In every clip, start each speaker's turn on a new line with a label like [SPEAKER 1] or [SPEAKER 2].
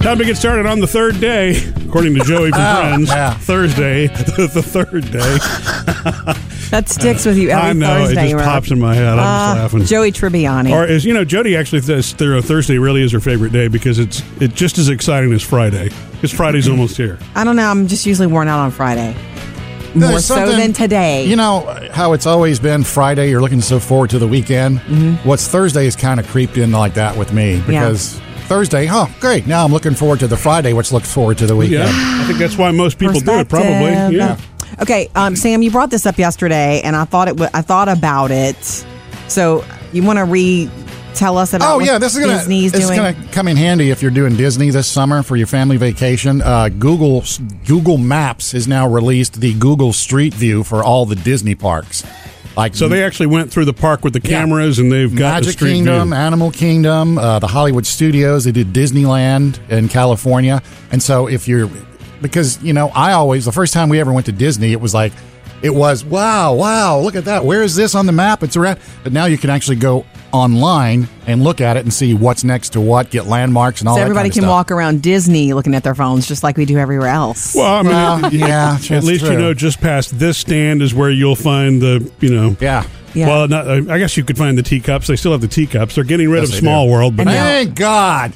[SPEAKER 1] Time to get started on the third day, according to Joey from Friends.
[SPEAKER 2] yeah.
[SPEAKER 1] Thursday, the third day.
[SPEAKER 3] That sticks with you every
[SPEAKER 1] I know
[SPEAKER 3] Thursday.
[SPEAKER 1] it
[SPEAKER 3] Rob.
[SPEAKER 1] just pops in my head. I'm
[SPEAKER 3] Ah,
[SPEAKER 1] just laughing.
[SPEAKER 3] Joey Tribbiani.
[SPEAKER 1] Or is you know Jody actually says through- Thursday really is her favorite day because it's it's just as exciting as Friday because Friday's almost here.
[SPEAKER 3] I don't know. I'm just usually worn out on Friday. More
[SPEAKER 2] There's
[SPEAKER 3] so
[SPEAKER 2] something-
[SPEAKER 3] than today.
[SPEAKER 2] You know how it's always been Friday, you're looking so forward to the weekend.
[SPEAKER 3] Mm-hmm.
[SPEAKER 2] What's Thursday is kind of creeped in like that with me because Thursday, oh, great. Now I'm looking forward to the Friday, which looks forward to the
[SPEAKER 1] Yeah,
[SPEAKER 2] weekend.
[SPEAKER 1] I think that's why most people do it. Probably.
[SPEAKER 3] Perspective.
[SPEAKER 1] Yeah.
[SPEAKER 3] Okay, um, Sam, you brought this up yesterday, and I thought it. W- I thought about it. So you want to re tell us about?
[SPEAKER 2] Oh
[SPEAKER 3] what
[SPEAKER 2] yeah, this is gonna
[SPEAKER 3] Disney's
[SPEAKER 2] this
[SPEAKER 3] doing.
[SPEAKER 2] is gonna come in handy if you're doing Disney this summer for your family vacation. Uh, Google Google Maps has now released the Google Street View for all the Disney parks, like
[SPEAKER 1] So they actually went through the park with the cameras and they've got the
[SPEAKER 2] Magic
[SPEAKER 1] street
[SPEAKER 2] Kingdom,
[SPEAKER 1] view.
[SPEAKER 2] Animal Kingdom, uh, the Hollywood Studios. They did Disneyland in California, and so if you're because you know I always the first time we ever went to Disney, it was like. It was wow, wow! Look at that. Where is this on the map? It's around, but now you can actually go online and look at it and see what's next to what, get landmarks and all.
[SPEAKER 3] so
[SPEAKER 2] that
[SPEAKER 3] everybody
[SPEAKER 2] kind of
[SPEAKER 3] can
[SPEAKER 2] stuff.
[SPEAKER 3] walk around Disney looking at their phones, just like we do everywhere else.
[SPEAKER 1] Well, I mean,
[SPEAKER 2] Well, yeah,
[SPEAKER 1] at
[SPEAKER 2] that's
[SPEAKER 1] least you
[SPEAKER 2] true.
[SPEAKER 1] know just past this stand is where you'll find the you know.
[SPEAKER 2] Yeah.
[SPEAKER 3] Yeah.
[SPEAKER 1] Well, not, I guess you could find the teacups. They still have the teacups. They're getting rid
[SPEAKER 2] Yes,
[SPEAKER 1] of
[SPEAKER 2] they
[SPEAKER 1] Small
[SPEAKER 2] do.
[SPEAKER 1] World, but
[SPEAKER 3] And now-
[SPEAKER 2] Thank God.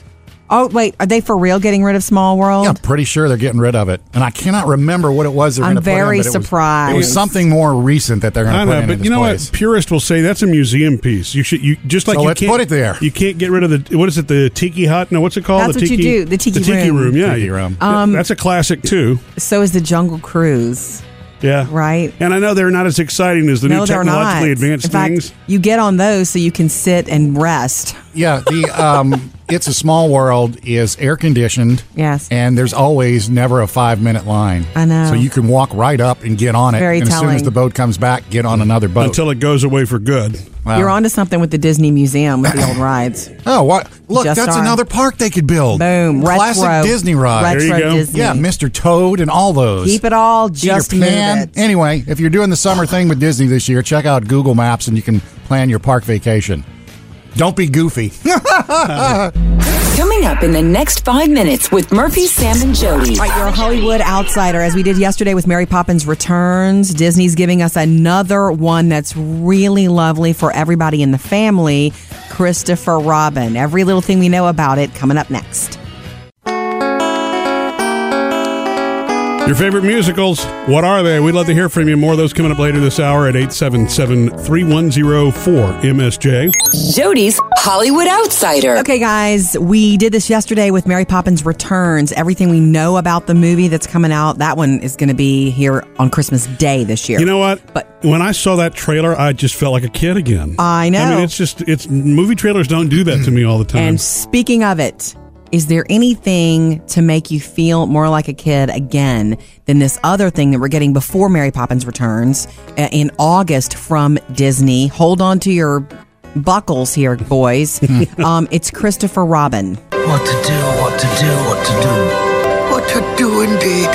[SPEAKER 3] oh wait, are they for real getting rid of Small World?
[SPEAKER 2] Yeah, I'm pretty sure they're getting rid of it, and I cannot remember what it was. They're
[SPEAKER 3] I'm
[SPEAKER 2] gonna put in,
[SPEAKER 3] very
[SPEAKER 2] but it was-
[SPEAKER 3] surprised.
[SPEAKER 2] it was something more recent that they're going
[SPEAKER 1] I
[SPEAKER 2] to put
[SPEAKER 1] know,
[SPEAKER 2] in
[SPEAKER 1] but
[SPEAKER 2] in
[SPEAKER 1] you
[SPEAKER 2] this
[SPEAKER 1] know
[SPEAKER 2] place.
[SPEAKER 1] what? Purists will say that's a museum piece. You should you just like
[SPEAKER 2] So
[SPEAKER 1] you
[SPEAKER 2] let's
[SPEAKER 1] can't
[SPEAKER 2] put it there.
[SPEAKER 1] You can't get rid of the what is it? The tiki hut? No, what's it called?
[SPEAKER 3] That's
[SPEAKER 1] the
[SPEAKER 3] what you
[SPEAKER 1] tiki,
[SPEAKER 3] do, the tiki
[SPEAKER 1] room.
[SPEAKER 3] room. Um,
[SPEAKER 1] Yeah,
[SPEAKER 2] Tiki
[SPEAKER 1] you-
[SPEAKER 2] room.
[SPEAKER 1] that's a classic too.
[SPEAKER 3] So is the Jungle Cruise,
[SPEAKER 1] Yeah,
[SPEAKER 3] right?
[SPEAKER 1] And I know they're not as exciting as the
[SPEAKER 3] no,
[SPEAKER 1] new
[SPEAKER 3] they're not.
[SPEAKER 1] technologically advanced
[SPEAKER 3] In fact,
[SPEAKER 1] things.
[SPEAKER 3] you get on those so you can sit and rest.
[SPEAKER 2] Yeah, the um, it's a small world is air conditioned.
[SPEAKER 3] Yes.
[SPEAKER 2] and there's always never a five minute line.
[SPEAKER 3] I know.
[SPEAKER 2] So you can walk right up and get on it.
[SPEAKER 3] Very
[SPEAKER 2] and as soon as
[SPEAKER 3] telling.
[SPEAKER 2] the boat comes back, get on another boat.
[SPEAKER 1] Until it goes away for good.
[SPEAKER 2] Wow.
[SPEAKER 3] You're onto something with the Disney Museum with the old rides.
[SPEAKER 2] oh, what? Look,
[SPEAKER 3] Just
[SPEAKER 2] that's
[SPEAKER 3] are.
[SPEAKER 2] another park they could build.
[SPEAKER 3] Boom.
[SPEAKER 2] classic
[SPEAKER 3] retro.
[SPEAKER 2] Disney ride.
[SPEAKER 3] Retro
[SPEAKER 1] There you go.
[SPEAKER 3] Disney.
[SPEAKER 2] Yeah, Mr. Toad and all those.
[SPEAKER 3] Keep it all. Just
[SPEAKER 2] Peter
[SPEAKER 3] move
[SPEAKER 2] Pan.
[SPEAKER 3] it.
[SPEAKER 2] Anyway, if you're doing the summer thing with Disney this year, check out Google Maps and you can plan your park vacation. Don't be goofy.
[SPEAKER 4] Coming up in the next five minutes with Murphy, Sam, and Jody.
[SPEAKER 3] All right, you're a Hollywood outsider, as we did yesterday with Mary Poppins Returns. Disney's giving us another one that's really lovely for everybody in the family. Christopher Robin. Every little thing we know about it coming up next.
[SPEAKER 1] Your favorite musicals, what are they? We'd love to hear from you. More of those coming up later this hour at 877-3104-MSJ.
[SPEAKER 4] Jody's Hollywood Outsider.
[SPEAKER 3] Okay, guys, we did this yesterday with Mary Poppins Returns. Everything we know about the movie that's coming out, that one is going to be here on Christmas Day this year.
[SPEAKER 1] You know what?
[SPEAKER 3] But-
[SPEAKER 1] when I saw that trailer, I just felt like a kid again.
[SPEAKER 3] I know.
[SPEAKER 1] I mean, it's just it's movie trailers don't do that to me all the time.
[SPEAKER 3] And speaking of it, is there anything to make you feel more like a kid again than this other thing that we're getting before Mary Poppins returns uh, in August from Disney? Hold on to your buckles here, boys. um, it's Christopher Robin.
[SPEAKER 5] What to do, what to do, what to do. What to do indeed.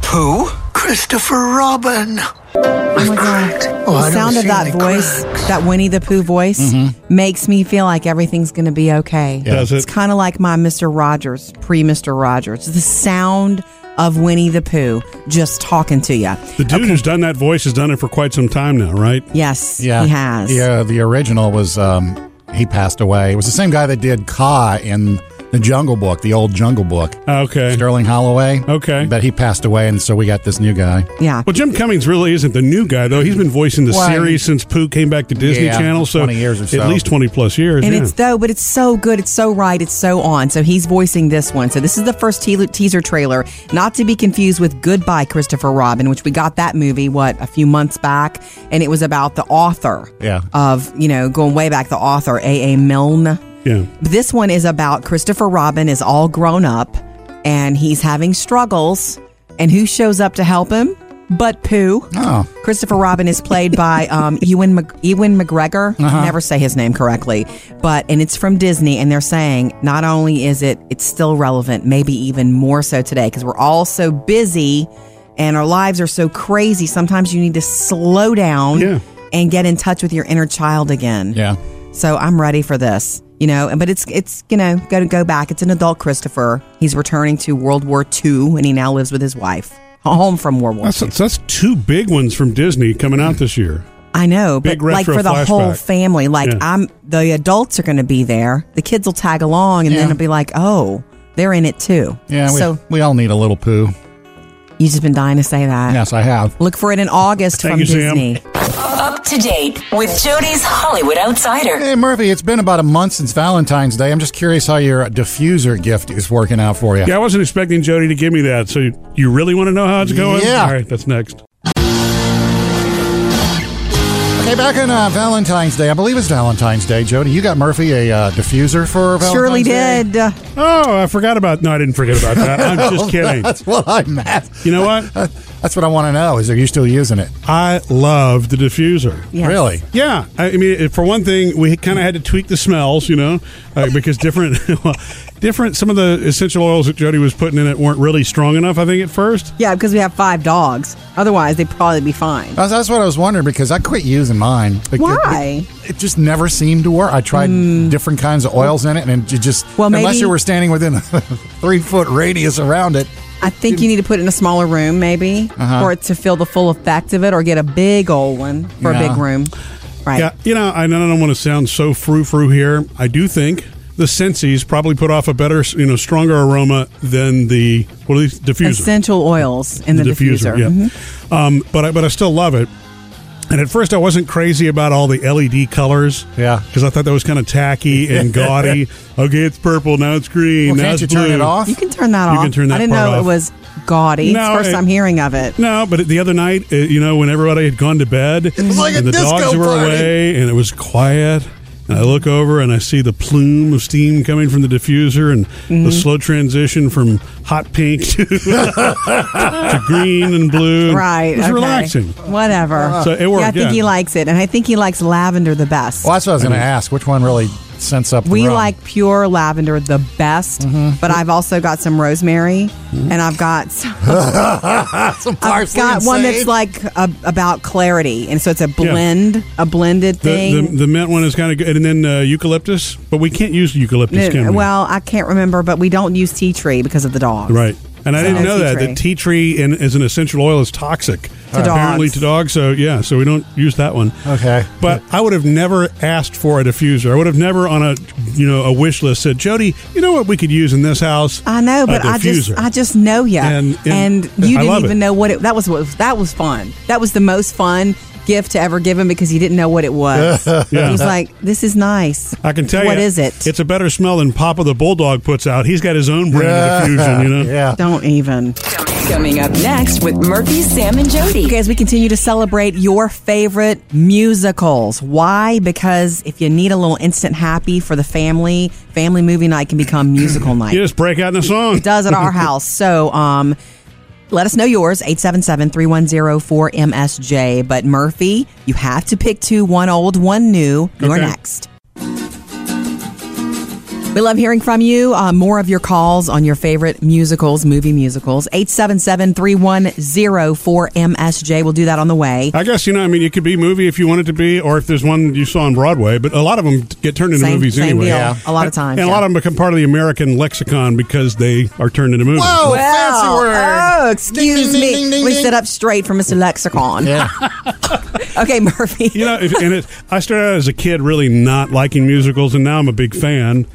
[SPEAKER 5] Pooh? Christopher Robin.
[SPEAKER 3] Oh my God.
[SPEAKER 5] Oh, I
[SPEAKER 3] the
[SPEAKER 5] don't
[SPEAKER 3] sound of
[SPEAKER 5] see
[SPEAKER 3] that
[SPEAKER 5] any
[SPEAKER 3] voice,
[SPEAKER 5] cracks. Mm-hmm.
[SPEAKER 3] that Winnie the Pooh voice, makes me feel like everything's going to be okay.
[SPEAKER 1] Does
[SPEAKER 3] It's
[SPEAKER 1] it?
[SPEAKER 3] kind of like my Mr. Rogers, pre Mr. Rogers. The sound of Winnie the Pooh just talking to you.
[SPEAKER 1] The dude who's done that voice has done it for quite some time now, right?
[SPEAKER 3] Yes,
[SPEAKER 2] Yeah,
[SPEAKER 3] he has.
[SPEAKER 2] Yeah, the original was um, he passed away. It was the same guy that did Ka in the Jungle Book, the old Jungle Book.
[SPEAKER 1] Okay.
[SPEAKER 2] Sterling Holloway.
[SPEAKER 1] Okay.
[SPEAKER 2] but he passed away, and so we got this new guy.
[SPEAKER 3] Yeah.
[SPEAKER 1] Well, Jim Cummings really isn't the new guy, though. He's been voicing the
[SPEAKER 2] Well,
[SPEAKER 1] series since Pooh came back to Disney
[SPEAKER 2] Yeah,
[SPEAKER 1] Channel, so
[SPEAKER 2] 20 years or so.
[SPEAKER 1] at least twenty plus years.
[SPEAKER 3] And
[SPEAKER 1] yeah.
[SPEAKER 3] it's though, but it's so good, it's so right, it's so on. So he's voicing this one. So this is the first te- teaser trailer, not to be confused with Goodbye Christopher Robin, which we got that movie what a few months back, and it was about the author.
[SPEAKER 2] Yeah.
[SPEAKER 3] Of you know going way back, the author A. A. Milne.
[SPEAKER 1] yeah.
[SPEAKER 3] This one is about Christopher Robin is all grown up, and he's having struggles, and who shows up to help him? But Pooh.
[SPEAKER 2] Oh,
[SPEAKER 3] Christopher Robin is played by um, Ewan, Mc- Ewan McGregor. I never say his name correctly, but and it's from Disney, and they're saying not only is it it's still relevant, maybe even more so today because we're all so busy and our lives are so crazy. Sometimes you need to slow down
[SPEAKER 1] Yeah.
[SPEAKER 3] and get in touch with your inner child again.
[SPEAKER 2] yeah.
[SPEAKER 3] So I'm ready for this. You you know. But it's it's you know go to go back. It's an adult Christopher. He's returning to World War II, and he now lives with his wife, home from World War
[SPEAKER 1] That's,
[SPEAKER 3] II.
[SPEAKER 1] that's two big ones from Disney coming out this year.
[SPEAKER 3] I know,
[SPEAKER 1] Big
[SPEAKER 3] but like
[SPEAKER 1] retro
[SPEAKER 3] for the whole
[SPEAKER 1] flashback.
[SPEAKER 3] family, like
[SPEAKER 1] Yeah.
[SPEAKER 3] I'm the adults are going to be there. The kids will tag along, and
[SPEAKER 2] Yeah.
[SPEAKER 3] then it'll be like, oh, they're in it too.
[SPEAKER 2] Yeah, we,
[SPEAKER 3] so
[SPEAKER 2] we all need a little poo.
[SPEAKER 3] you just been dying to say that.
[SPEAKER 2] Yes, I have.
[SPEAKER 3] Look for it in August
[SPEAKER 1] Thank
[SPEAKER 3] from
[SPEAKER 1] you, Sam.
[SPEAKER 3] Disney.
[SPEAKER 4] Up to date with Jody's Hollywood Outsider.
[SPEAKER 2] Hey, Murphy, it's been about a month since Valentine's Day. I'm just curious how your diffuser gift is working out for you.
[SPEAKER 1] Yeah, I wasn't expecting Jody to give me that. So you, you really want to know how it's going?
[SPEAKER 2] Yeah.
[SPEAKER 1] All right, that's next.
[SPEAKER 2] Hey, back on uh, Valentine's Day, I believe it's Valentine's Day, Jody. You got Murphy a uh, diffuser for Valentine's
[SPEAKER 3] Surely
[SPEAKER 2] Day?
[SPEAKER 3] did. Uh,
[SPEAKER 1] Oh, I forgot about. No, I didn't forget about that. I'm just kidding.
[SPEAKER 2] That's what I'm at.
[SPEAKER 1] You know what?
[SPEAKER 2] That's what I want to know. Is are you still using it?
[SPEAKER 1] I love the diffuser.
[SPEAKER 3] yes.
[SPEAKER 2] Really?
[SPEAKER 1] Yeah, I I mean, for one thing, we kind of had to tweak the smells, you know, uh, because different, different. Some of the essential oils that Jody was putting in it weren't really strong enough. I think at first.
[SPEAKER 3] Yeah, because we have five dogs. Otherwise, they'd probably be fine.
[SPEAKER 2] That's, that's what I was wondering because I quit using mine. because
[SPEAKER 3] Why? Mm.
[SPEAKER 2] It, it just never seemed to work. I tried different kinds of oils in it, and it just
[SPEAKER 3] Well,
[SPEAKER 2] unless
[SPEAKER 3] maybe-
[SPEAKER 2] you were standing within a three foot radius around it.
[SPEAKER 3] I think you need to put it in a smaller room, maybe,
[SPEAKER 1] Uh-huh.
[SPEAKER 3] for it to feel the full effect of it, or get a big old one for
[SPEAKER 2] Yeah.
[SPEAKER 3] a big room. Right.
[SPEAKER 1] Yeah, you know, I know I don't want to sound so frou frou here. I do think the Sensi's probably put off a better, you know, stronger aroma than the well, the diffuser.
[SPEAKER 3] Essential oils in the, diffuser.
[SPEAKER 1] yeah.
[SPEAKER 3] Mhm.
[SPEAKER 1] Um, but I, but I still love it. And at first, I wasn't crazy about all the LED colors.
[SPEAKER 2] Yeah.
[SPEAKER 1] because I thought that was kind of tacky and gaudy. okay, it's purple now. It's green.
[SPEAKER 2] Well,
[SPEAKER 1] now
[SPEAKER 2] can't
[SPEAKER 1] it's
[SPEAKER 2] you turn
[SPEAKER 1] blue.
[SPEAKER 2] it off?
[SPEAKER 3] You can turn that
[SPEAKER 1] You
[SPEAKER 3] off.
[SPEAKER 1] can turn that
[SPEAKER 3] I didn't
[SPEAKER 1] part
[SPEAKER 3] know
[SPEAKER 1] off.
[SPEAKER 3] it was gaudy. it's
[SPEAKER 1] No,
[SPEAKER 3] the first
[SPEAKER 1] it-
[SPEAKER 3] time hearing of it.
[SPEAKER 1] No, but the other night, uh, you know, when everybody had gone to bed, it
[SPEAKER 2] was like a
[SPEAKER 1] and the
[SPEAKER 2] disco
[SPEAKER 1] dogs were
[SPEAKER 2] party.
[SPEAKER 1] away, and it was quiet. And I look over and I see the plume of steam coming from the diffuser and
[SPEAKER 2] Mm-hmm.
[SPEAKER 1] the slow transition from hot pink to, to green and blue.
[SPEAKER 3] Right.
[SPEAKER 1] It was
[SPEAKER 3] okay.
[SPEAKER 1] relaxing.
[SPEAKER 3] Whatever.
[SPEAKER 1] So it worked,
[SPEAKER 3] Yeah, I think
[SPEAKER 1] yeah.
[SPEAKER 3] he likes it. And I think he likes lavender the best.
[SPEAKER 2] Well, that's what I was going to ask. Which one really sense up? the
[SPEAKER 3] We
[SPEAKER 2] rum?
[SPEAKER 3] like pure lavender the best,
[SPEAKER 1] Mm-hmm.
[SPEAKER 3] but I've also got some rosemary, and I've got some,
[SPEAKER 2] some
[SPEAKER 3] I've
[SPEAKER 2] parsley
[SPEAKER 3] got
[SPEAKER 2] and
[SPEAKER 3] one
[SPEAKER 2] sage.
[SPEAKER 3] that's like a, about clarity, and so it's a blend, a blended
[SPEAKER 1] The,
[SPEAKER 3] thing.
[SPEAKER 1] the, the mint one is kind of good. And then uh, eucalyptus, but we can't use eucalyptus, can we?
[SPEAKER 3] well, I can't remember, but we don't use tea tree because of the dogs.
[SPEAKER 1] Right. And I
[SPEAKER 3] So
[SPEAKER 1] didn't
[SPEAKER 3] no
[SPEAKER 1] know
[SPEAKER 3] tea
[SPEAKER 1] that.
[SPEAKER 3] tree.
[SPEAKER 1] That tea tree in, as an essential oil is toxic.
[SPEAKER 3] To
[SPEAKER 1] Apparently
[SPEAKER 3] dogs.
[SPEAKER 1] to dogs. So, yeah, so we don't use that one.
[SPEAKER 2] Okay.
[SPEAKER 1] But I would have never asked for a diffuser. I would have never on a, you know, a wish list said, Jody, you know what we could use in this house?
[SPEAKER 3] I know,
[SPEAKER 1] A
[SPEAKER 3] but I just
[SPEAKER 1] diffuser."
[SPEAKER 3] I just know you,
[SPEAKER 1] And-
[SPEAKER 3] and,
[SPEAKER 1] and
[SPEAKER 3] you
[SPEAKER 1] I
[SPEAKER 3] didn't
[SPEAKER 1] love
[SPEAKER 3] even
[SPEAKER 1] it.
[SPEAKER 3] know what it. That was what that was fun. That was the most fun gift to ever give him because he didn't know what it was.
[SPEAKER 1] Yeah.
[SPEAKER 3] He was like, "This is nice."
[SPEAKER 1] I can tell
[SPEAKER 3] What
[SPEAKER 1] you.
[SPEAKER 3] is it?
[SPEAKER 1] It's a better smell than Papa the Bulldog puts out. He's got his own brand of diffusion, you know?
[SPEAKER 2] Yeah.
[SPEAKER 3] Don't even.
[SPEAKER 4] Coming up next with Murphy, Sam, and Jody.
[SPEAKER 3] Okay, as we continue to celebrate your favorite musicals. Why? Because if you need a little instant happy for the family, family movie night can become musical night.
[SPEAKER 1] You just break out in a song.
[SPEAKER 3] does at our house. So, um, let us know yours, 877-310-4MSJ. But Murphy, you have to pick two, one old, one new. You're
[SPEAKER 1] Okay.
[SPEAKER 3] next. We love hearing from you. Uh, more of your calls on your favorite musicals, movie musicals. 877-310-4MSJ. We'll do that on the way.
[SPEAKER 1] I guess you know. I mean, it could be movie if you want it to be, or if there's one you saw on Broadway. But a lot of them get turned into
[SPEAKER 3] Same-
[SPEAKER 1] movies
[SPEAKER 3] same
[SPEAKER 1] anyway.
[SPEAKER 3] deal. Yeah. A lot of
[SPEAKER 1] And-
[SPEAKER 3] times,
[SPEAKER 1] and a
[SPEAKER 3] yeah.
[SPEAKER 1] lot of them become part of the American lexicon because they are turned into movies.
[SPEAKER 2] Whoa, fancy
[SPEAKER 3] Well,
[SPEAKER 2] word.
[SPEAKER 3] Oh, excuse
[SPEAKER 2] Ding, ding,
[SPEAKER 3] me.
[SPEAKER 2] ding, ding,
[SPEAKER 3] we
[SPEAKER 2] ding.
[SPEAKER 3] stood up straight for Mr. Lexicon.
[SPEAKER 2] Yeah.
[SPEAKER 3] Okay, Murphy.
[SPEAKER 1] You know, if, and it, I started out as a kid really not liking musicals, and now I'm a big fan.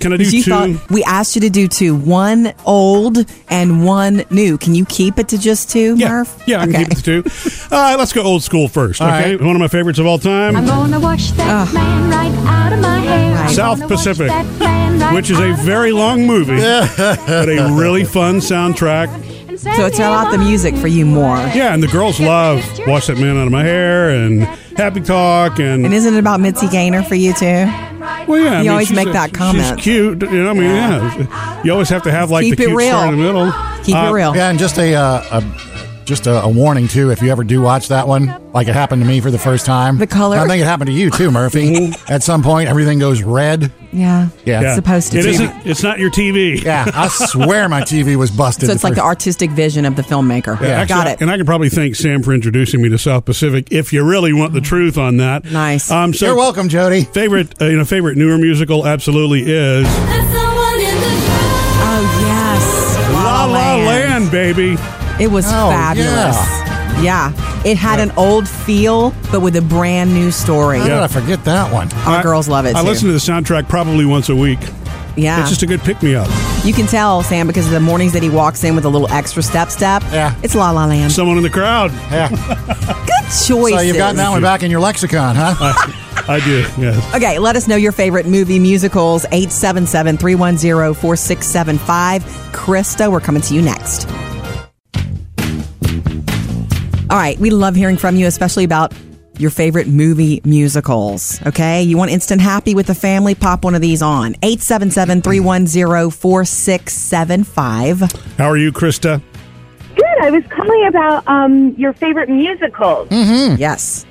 [SPEAKER 1] Can I do
[SPEAKER 3] you
[SPEAKER 1] two?
[SPEAKER 3] thought we asked you to do two, one old and one new. Can you keep it to just two,
[SPEAKER 1] yeah,
[SPEAKER 3] Murph?
[SPEAKER 1] yeah, I can
[SPEAKER 3] okay.
[SPEAKER 1] keep it to two. Uh, let's go old school first.
[SPEAKER 2] All
[SPEAKER 1] okay,
[SPEAKER 2] right.
[SPEAKER 1] one of my favorites of all time.
[SPEAKER 6] I'm gonna wash that man right out of my hair. I'm
[SPEAKER 1] Ah. South
[SPEAKER 6] gonna wash
[SPEAKER 1] Pacific,
[SPEAKER 6] that man right
[SPEAKER 1] which is
[SPEAKER 6] out
[SPEAKER 1] a
[SPEAKER 6] of my
[SPEAKER 1] very
[SPEAKER 6] hair.
[SPEAKER 1] long movie, but a really fun soundtrack.
[SPEAKER 6] And send
[SPEAKER 3] So it's about the
[SPEAKER 6] him
[SPEAKER 3] music
[SPEAKER 6] on
[SPEAKER 3] for you
[SPEAKER 6] his
[SPEAKER 3] more.
[SPEAKER 6] way.
[SPEAKER 1] Yeah, and the girls love Wash That Man Out of My Hair and Happy Talk and,
[SPEAKER 3] And isn't it about Mitzi Gaynor for you too?
[SPEAKER 1] well, yeah. I
[SPEAKER 3] You
[SPEAKER 1] mean,
[SPEAKER 3] always
[SPEAKER 1] she's
[SPEAKER 3] make
[SPEAKER 1] a-
[SPEAKER 3] that comment.
[SPEAKER 1] She's cute. You know, I mean, yeah. You always have to have like
[SPEAKER 3] Keep
[SPEAKER 1] the
[SPEAKER 3] it
[SPEAKER 1] cute
[SPEAKER 3] real.
[SPEAKER 1] story in the middle.
[SPEAKER 3] Keep
[SPEAKER 1] Uh,
[SPEAKER 3] it real.
[SPEAKER 2] Yeah, and just a, uh, a just a, a warning too. If you ever do watch that one, like it happened to me for the first time,
[SPEAKER 3] The color.
[SPEAKER 2] I think it happened to you too, Murphy. At some point, everything goes red.
[SPEAKER 3] Yeah.
[SPEAKER 2] Yeah.
[SPEAKER 3] It's supposed to
[SPEAKER 1] It
[SPEAKER 3] be.
[SPEAKER 1] isn't. It's not your TV.
[SPEAKER 2] Yeah, I swear my TV was busted.
[SPEAKER 3] So it's like the
[SPEAKER 2] first-
[SPEAKER 3] artistic vision of the filmmaker.
[SPEAKER 1] Yeah, actually,
[SPEAKER 3] Got
[SPEAKER 1] I-
[SPEAKER 3] it.
[SPEAKER 1] And I can probably thank Sam for introducing me to South Pacific. If you really want the truth on that,
[SPEAKER 3] Nice.
[SPEAKER 1] Um, so
[SPEAKER 2] You're welcome, Jody.
[SPEAKER 1] Favorite, uh, you know, favorite newer musical absolutely is
[SPEAKER 3] oh, yes. Oh,
[SPEAKER 1] La La Land, baby.
[SPEAKER 3] It was
[SPEAKER 2] Oh,
[SPEAKER 3] fabulous. Yeah. It had an old feel, but with a brand new story.
[SPEAKER 2] How did I forget that one?
[SPEAKER 3] Our
[SPEAKER 1] I-
[SPEAKER 3] girls love it too.
[SPEAKER 1] I listen to the soundtrack probably once a week.
[SPEAKER 3] yeah.
[SPEAKER 1] It's just a good pick me up.
[SPEAKER 3] you can tell, Sam, because of the mornings that he walks in with a little extra step step.
[SPEAKER 2] Yeah.
[SPEAKER 3] It's La La Land.
[SPEAKER 1] Someone in the crowd.
[SPEAKER 2] Yeah.
[SPEAKER 3] Good choices.
[SPEAKER 2] So you've gotten that one back in your lexicon, huh?
[SPEAKER 1] I do. Yes.
[SPEAKER 3] Okay, let us know your favorite movie musicals. 877 310 4675. Krista, we're coming to you next. All right, we love hearing from you, especially about your favorite movie musicals. Okay, you want instant happy with the family? Pop one of these on. 877 310 4675.
[SPEAKER 1] How are you, Krista?
[SPEAKER 7] Good. I was calling about um, your favorite musicals.
[SPEAKER 3] Mm-hmm. Yes.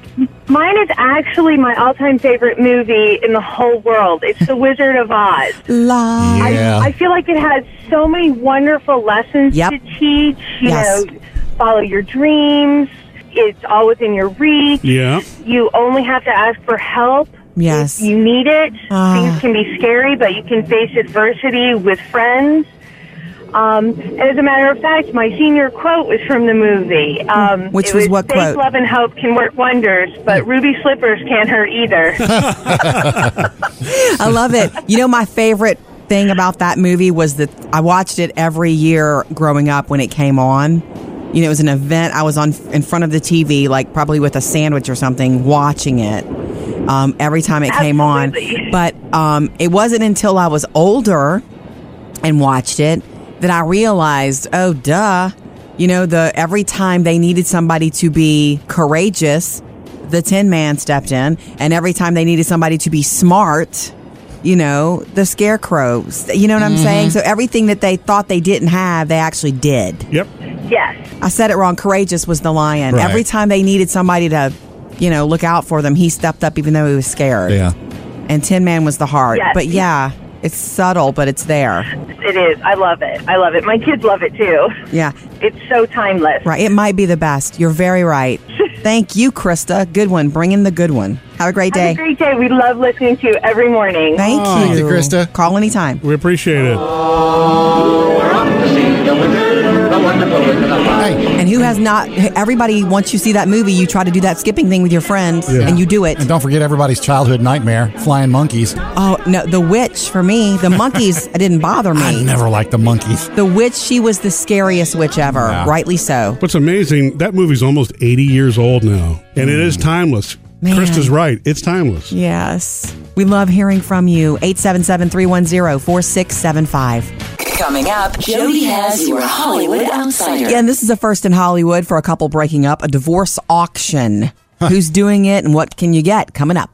[SPEAKER 7] Mine is actually my all-time favorite movie in the whole world. It's The Wizard of Oz.
[SPEAKER 3] La.
[SPEAKER 2] yeah.
[SPEAKER 7] I feel like it has so many wonderful lessons
[SPEAKER 3] Yep.
[SPEAKER 7] to teach. You
[SPEAKER 3] Yes.
[SPEAKER 7] know, follow your dreams. It's all within your reach.
[SPEAKER 1] Yeah.
[SPEAKER 7] You only have to ask for help.
[SPEAKER 3] Yes.
[SPEAKER 7] You need it.
[SPEAKER 3] Ah.
[SPEAKER 7] Things can be scary, but you can face adversity with friends. Um, and as a matter of fact, my senior quote was from the movie. Um,
[SPEAKER 3] Which
[SPEAKER 7] it
[SPEAKER 3] was what
[SPEAKER 7] "Faith,
[SPEAKER 3] quote?
[SPEAKER 7] Love and hope can work wonders, but ruby slippers can't hurt either.
[SPEAKER 3] I love it. You know, my favorite thing about that movie was that I watched it every year growing up when it came on. You know, it was an event. I was on in front of the TV, like probably with a sandwich or something, watching it um, every time it came on.
[SPEAKER 7] Absolutely.
[SPEAKER 3] But um, it wasn't until I was older and watched it that I realized, oh duh, you know, the every time they needed somebody to be courageous, the Tin Man stepped in, and every time they needed somebody to be smart, you know, the Scarecrows. You know what I'm saying? So everything that they thought they didn't have, they actually did.
[SPEAKER 1] Yep.
[SPEAKER 7] yes.
[SPEAKER 3] I said it wrong. Courageous was the lion.
[SPEAKER 2] Right.
[SPEAKER 3] Every time they needed somebody to, you know, look out for them, he stepped up even though he was scared.
[SPEAKER 2] yeah.
[SPEAKER 3] And Tin Man was the heart.
[SPEAKER 7] Yes.
[SPEAKER 3] But yeah, it's subtle, but it's there.
[SPEAKER 7] It is. I love it. I love it. My kids love it too.
[SPEAKER 3] Yeah.
[SPEAKER 7] It's so timeless.
[SPEAKER 3] Right. It might be the best. You're very right. Thank you, Krista. Good one. Bring in the good one. Have a great
[SPEAKER 7] Have
[SPEAKER 3] day.
[SPEAKER 7] a great day. We love listening to you every morning.
[SPEAKER 3] Thank you.
[SPEAKER 2] Thank you, Krista.
[SPEAKER 3] Call anytime.
[SPEAKER 1] We appreciate it.
[SPEAKER 2] Hey,
[SPEAKER 3] And who has not? Everybody, once you see that movie, you try to do that skipping thing with your friends, and you do it.
[SPEAKER 2] and don't forget everybody's childhood nightmare, flying monkeys.
[SPEAKER 3] Oh no, the witch for me. The monkeys didn't bother me.
[SPEAKER 2] I never liked the monkeys.
[SPEAKER 3] The witch, she was the scariest witch ever.
[SPEAKER 2] Yeah.
[SPEAKER 3] Rightly so.
[SPEAKER 1] What's amazing, that movie's almost 80 years old now, and it is timeless.
[SPEAKER 3] Mm. Man.
[SPEAKER 1] Krista's right. It's timeless.
[SPEAKER 3] Yes. We love hearing from you. 877 310 4675.
[SPEAKER 4] Coming up, Jody has your Hollywood Outsider.
[SPEAKER 3] Yeah, and this is a first in Hollywood for a couple breaking up, a divorce auction. Who's doing it and what can you get coming up?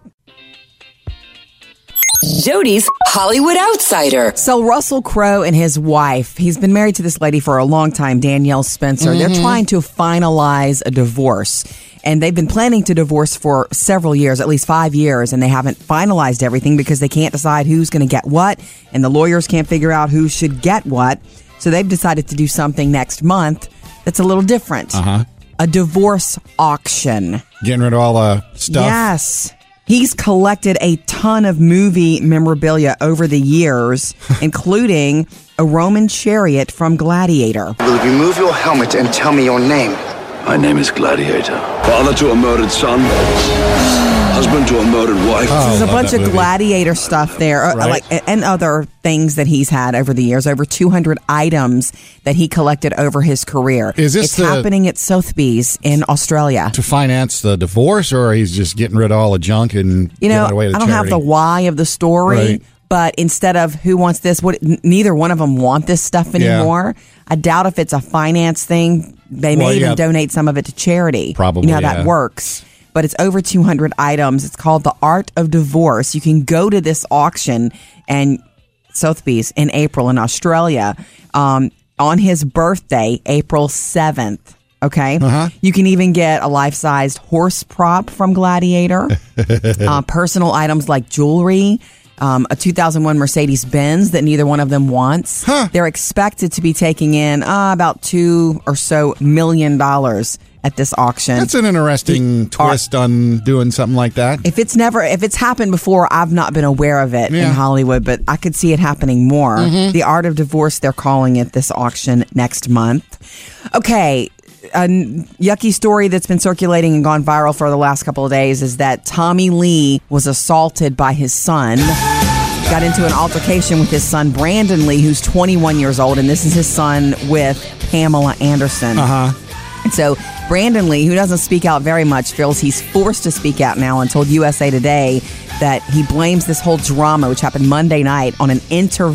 [SPEAKER 4] Jody's Hollywood Outsider.
[SPEAKER 3] So Russell Crowe and his wife, he's been married to this lady for a long time, Danielle Spencer. They're trying to finalize a divorce. And they've been planning to divorce for several years, at least five years, and they haven't finalized everything because they can't decide who's going to get what, and the lawyers can't figure out who should get what. So they've decided to do something next month that's a little different. Uh-huh. A divorce auction.
[SPEAKER 2] Getting rid of all the stuff.
[SPEAKER 3] Yes. He's collected a ton of movie memorabilia over the years, including a Roman chariot from Gladiator.
[SPEAKER 2] Oh,
[SPEAKER 8] Will you remove your helmet and tell me your name?
[SPEAKER 9] My name is Gladiator. Father to a murdered son. Husband to a murdered wife.
[SPEAKER 3] There's a
[SPEAKER 2] Oh, love
[SPEAKER 3] bunch
[SPEAKER 2] that
[SPEAKER 3] of
[SPEAKER 2] movie.
[SPEAKER 3] gladiator stuff there, uh,
[SPEAKER 2] Right.
[SPEAKER 3] like and other things that he's had over the years. Over 200 items that he collected over his career.
[SPEAKER 2] Is this
[SPEAKER 3] it's
[SPEAKER 2] the-
[SPEAKER 3] happening at Sotheby's in Australia?
[SPEAKER 2] To finance the divorce, or he's just getting rid of all the junk and
[SPEAKER 3] You know,
[SPEAKER 2] giving it away
[SPEAKER 3] I
[SPEAKER 2] to
[SPEAKER 3] don't have
[SPEAKER 2] charity?
[SPEAKER 3] the why of the story,
[SPEAKER 2] Right.
[SPEAKER 3] but instead of who wants this, what n- neither one of them want this stuff anymore. I doubt if it's a finance thing. They may
[SPEAKER 2] Well,
[SPEAKER 3] even
[SPEAKER 2] yeah.
[SPEAKER 3] donate some of it to charity.
[SPEAKER 2] Probably,
[SPEAKER 3] you know how that
[SPEAKER 2] yeah.
[SPEAKER 3] works. But it's over 200 items. It's called the Art of Divorce. You can go to this auction and Sotheby's in April in Australia um, on his birthday, April 7th. Okay. Uh-huh. You can even get a life sized horse prop from Gladiator, uh, personal items like jewelry. Um, a 2001 Mercedes Benz that neither one of them wants. They're expected to be taking in uh, about two or so million dollars at this auction.
[SPEAKER 2] That's an interesting twist on doing something like that.
[SPEAKER 3] if it's never if it's happened before i've not been aware of it
[SPEAKER 2] Yeah. Mm-hmm.
[SPEAKER 3] in hollywood but i could see it happening more the art of divorce they're calling it this auction next month okay a n- yucky story that's been circulating and gone viral for the last couple of days is that tommy lee was assaulted by his son got into an altercation with his son brandon lee who's 21 years old and this is his son with pamela anderson
[SPEAKER 2] Uh-huh.
[SPEAKER 3] and so Brandon Lee, who doesn't speak out very much, feels he's forced to speak out now and told USA Today that he blames this whole drama, which happened Monday night, on an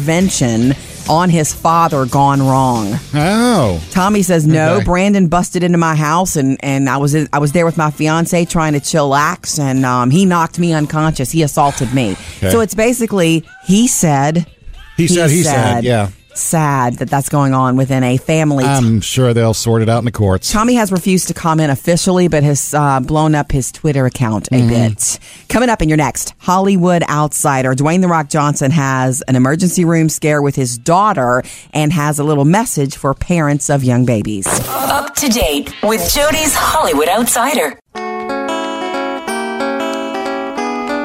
[SPEAKER 3] intervention on his father gone wrong.
[SPEAKER 2] Oh,
[SPEAKER 3] Tommy says no.
[SPEAKER 2] Okay.
[SPEAKER 3] Brandon busted into my house and and I was in, I was there with my fiance trying to chillax and um, he knocked me unconscious. He assaulted me.
[SPEAKER 2] Okay.
[SPEAKER 3] So it's basically he said
[SPEAKER 2] he, said. He said. Yeah.
[SPEAKER 3] sad that that's going on within a family.
[SPEAKER 2] I'm sure they'll sort it out in the courts.
[SPEAKER 3] Tommy has refused to comment officially, but has uh, blown up his Twitter account
[SPEAKER 2] Mm-hmm.
[SPEAKER 3] a bit. Coming up in your next Hollywood Outsider, Dwayne The Rock Johnson has an emergency room scare with his daughter and has a little message for parents of young babies.
[SPEAKER 4] Up to date with Jody's Hollywood Outsider.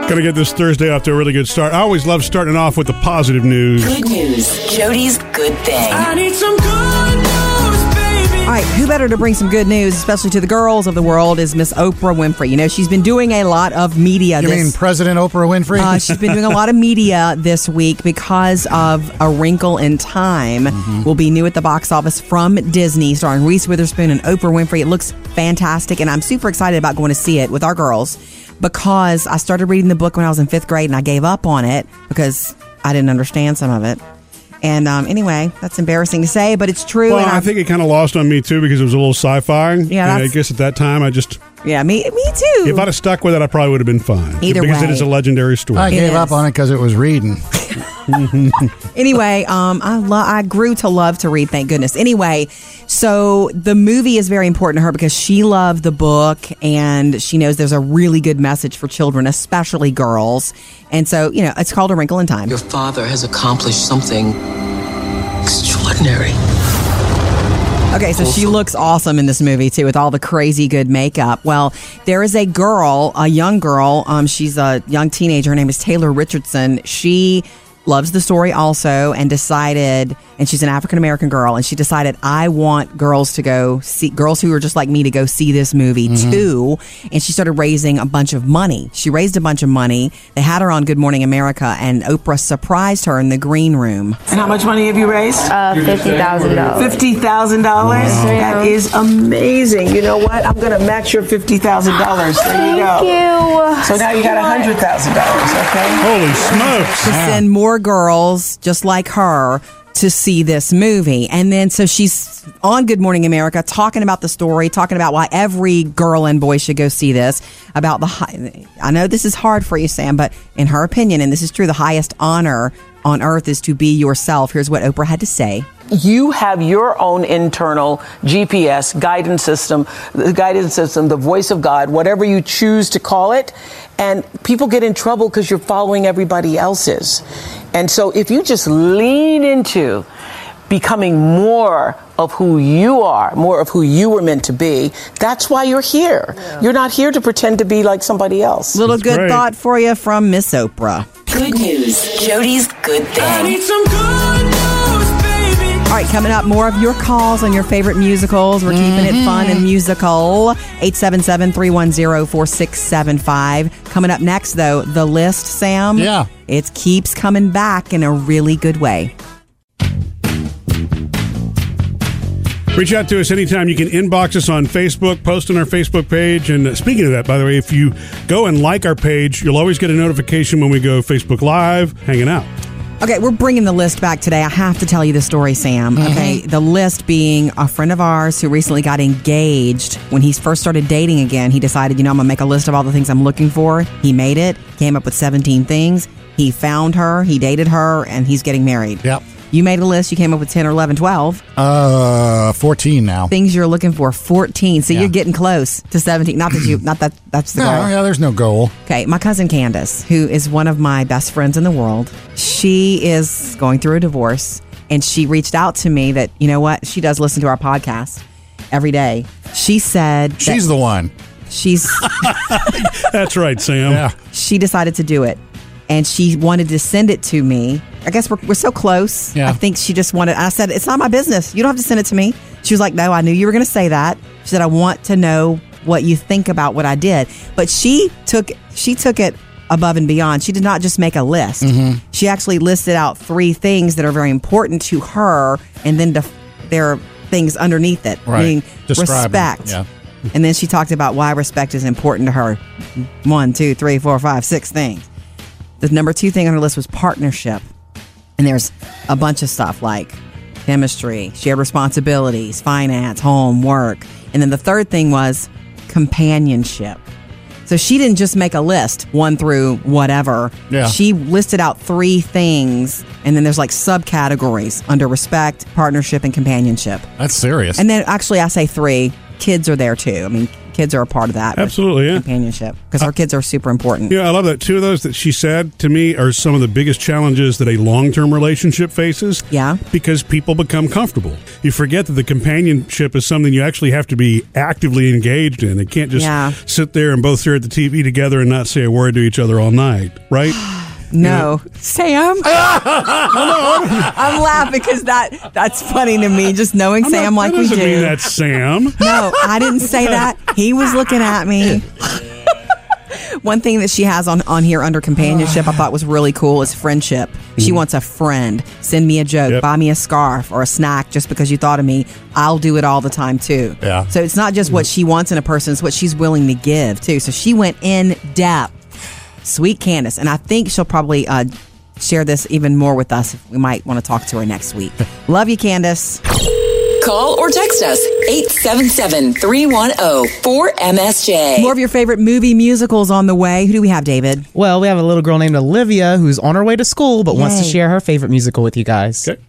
[SPEAKER 1] Gonna get this Thursday off to a really good start. I always love starting off with the positive news.
[SPEAKER 4] Good news. Jody's good thing.
[SPEAKER 3] All right, who better to bring some good news, especially to the girls of the world, is Miss Oprah Winfrey. You know, she's been doing a lot of media
[SPEAKER 2] You
[SPEAKER 3] this
[SPEAKER 2] mean President Oprah Winfrey?
[SPEAKER 3] Uh, she's been doing a lot of media this week because of A Wrinkle in Time will be new at the box office from Disney, starring Reese Witherspoon and Oprah Winfrey. It looks fantastic, and I'm super excited about going to see it with our girls because I started reading the book when I was in fifth grade and I gave up on it because I didn't understand some of it. And um, anyway, that's embarrassing to say, but it's true.
[SPEAKER 1] Well,
[SPEAKER 3] and
[SPEAKER 1] I
[SPEAKER 3] I'm-
[SPEAKER 1] think it kind of lost on me too because it was a little sci-fi.
[SPEAKER 3] Yeah,
[SPEAKER 1] and I
[SPEAKER 3] that's-
[SPEAKER 1] guess at that time I just
[SPEAKER 3] yeah, me, me too.
[SPEAKER 1] if I'd have stuck with it, I probably would have been fine.
[SPEAKER 3] Either
[SPEAKER 1] because it
[SPEAKER 3] way.
[SPEAKER 1] is a legendary story.
[SPEAKER 2] I gave
[SPEAKER 3] is.
[SPEAKER 2] up on it because it was reading.
[SPEAKER 3] anyway, um, I lo- I grew to love to read. Thank goodness. Anyway, so the movie is very important to her because she loved the book and she knows there's a really good message for children, especially girls. And so you know, it's called A Wrinkle in Time.
[SPEAKER 10] Your father has accomplished something extraordinary.
[SPEAKER 3] Okay, so she looks awesome in this movie too, with all the crazy good makeup. Well, there is a girl, a young girl. Um, she's a young teenager. Her name is Taylor Richardson. She loves the story also, and decided, and she's an African American girl, and she decided, I want girls to go see girls who are just like me to go see this movie too. And she started raising a bunch of money. She raised a bunch of money. They had her on Good Morning America, and Oprah surprised her in the green room.
[SPEAKER 10] And how much money have you raised?
[SPEAKER 6] Uh, $50,000.
[SPEAKER 10] Fifty thousand dollars. That is amazing. You know what? I'm gonna match your fifty thousand dollars. There you
[SPEAKER 6] Thank
[SPEAKER 10] go.
[SPEAKER 6] you.
[SPEAKER 10] So now you got a hundred thousand dollars. Okay.
[SPEAKER 1] Holy smokes!
[SPEAKER 3] to send more girls just like her to see this movie. And then so she's on Good Morning America talking about the story, talking about why every girl and boy should go see this, about the high, I know this is hard for you Sam, but in her opinion and this is true the highest honor on earth is to be yourself. Here's what Oprah had to say.
[SPEAKER 10] You have your own internal GPS guidance system, the guidance system, the voice of God, whatever you choose to call it. And people get in trouble because you're following everybody else's. And so if you just lean into becoming more of who you are, more of who you were meant to be, that's why you're here. You're not here to pretend to be like somebody else.
[SPEAKER 3] Little good
[SPEAKER 1] great.
[SPEAKER 3] thought for you from Miss Oprah.
[SPEAKER 4] Good news. Jody's good thing.
[SPEAKER 3] All right, coming up, more of your calls on your favorite musicals. We're keeping it fun and musical. 877 310 4675. Coming up next, though, the list, Sam.
[SPEAKER 2] Yeah.
[SPEAKER 3] It keeps coming back in a really good way.
[SPEAKER 1] Reach out to us anytime. You can inbox us on Facebook, post on our Facebook page. And uh, speaking of that, by the way, if you go and like our page, you'll always get a notification when we go Facebook Live, hanging out.
[SPEAKER 3] Okay, we're bringing the list back today. I have to tell you the story, Sam.
[SPEAKER 2] Mm-hmm.
[SPEAKER 3] Okay, the list being a friend of ours who recently got engaged. When he first started dating again, he decided, you know, I'm gonna make a list of all the things I'm looking for. He made it, came up with 17 things. He found her, he dated her, and he's getting married.
[SPEAKER 2] Yep.
[SPEAKER 3] You made a list. You came up with 10 or 11, 12
[SPEAKER 2] Uh, 14 now.
[SPEAKER 3] things you're looking for. 14. So you're getting close to 17. Not that you, not that that's the
[SPEAKER 2] No,
[SPEAKER 3] goal.
[SPEAKER 2] yeah, there's no goal.
[SPEAKER 3] Okay, my cousin Candace, who is one of my best friends in the world, she is going through a divorce and she reached out to me that, you know what, she does listen to our podcast every day. She said that
[SPEAKER 2] She's the one.
[SPEAKER 3] she's
[SPEAKER 1] That's right, Sam.
[SPEAKER 2] Yeah.
[SPEAKER 3] she decided to do it and she wanted to send it to me. I guess we're, we're so close.
[SPEAKER 2] Yeah.
[SPEAKER 3] I think she just wanted, I said, it's not my business. You don't have to send it to me. She was like, no, I knew you were going to say that. She said, I want to know what you think about what I did. But she took, she took it above and beyond. She did not just make a list. She actually listed out three things that are very important to her and then def- there are things underneath it,
[SPEAKER 2] Right.
[SPEAKER 3] meaning
[SPEAKER 2] Describe them.
[SPEAKER 3] respect.
[SPEAKER 2] Yeah.
[SPEAKER 3] And then she talked about why respect is important to her. One, two, three, four, five, six things. The number two thing on her list was partnership. And there's a bunch of stuff like chemistry, shared responsibilities, finance, home, work. And then the third thing was companionship. So she didn't just make a list, one through whatever.
[SPEAKER 2] Yeah.
[SPEAKER 3] She listed out three things, and then there's like subcategories under respect, partnership, and companionship.
[SPEAKER 2] That's serious.
[SPEAKER 3] And then actually, I say three. Kids are there too. I mean, kids are a part of that. with
[SPEAKER 1] Absolutely, yeah.
[SPEAKER 3] Companionship because
[SPEAKER 2] Uh,
[SPEAKER 3] our kids are super important.
[SPEAKER 1] Yeah, I love that. Two of those that she said to me are some of the biggest challenges that a long term relationship faces.
[SPEAKER 3] Yeah.
[SPEAKER 1] Because people become comfortable. You forget that the companionship is something you actually have to be actively engaged in. It can't just
[SPEAKER 3] Yeah.
[SPEAKER 1] sit there and both stare at the TV together and not say a word to each other all night, right?
[SPEAKER 3] No, Sam. I'm laughing because that that's funny to me. Just knowing
[SPEAKER 1] I'm
[SPEAKER 3] Sam
[SPEAKER 1] not-
[SPEAKER 3] like
[SPEAKER 1] that
[SPEAKER 3] we
[SPEAKER 1] doesn't mean
[SPEAKER 3] do.
[SPEAKER 1] that's Sam.
[SPEAKER 3] No, I didn't say that. He was looking at me. One thing that she has on, on here under companionship I thought was really cool is friendship. She wants a friend. Send me a joke,
[SPEAKER 1] Yep.
[SPEAKER 3] buy me a scarf or a snack just because you thought of me. I'll do it all the time too.
[SPEAKER 2] Yeah.
[SPEAKER 3] So it's not just what she wants in a person, it's what she's willing to give too. So she went in depth. Sweet Candace. And I think she'll probably uh, share this even more with us. We might want to talk to her next week. Love you, Candace.
[SPEAKER 4] Call or text us 877 310 4MSJ.
[SPEAKER 3] More of your favorite movie musicals on the way. Who do we have, David?
[SPEAKER 11] Well, we have a little girl named Olivia who's on her way to school but wants to
[SPEAKER 3] Yay.
[SPEAKER 11] share her favorite musical with you guys.
[SPEAKER 1] Okay.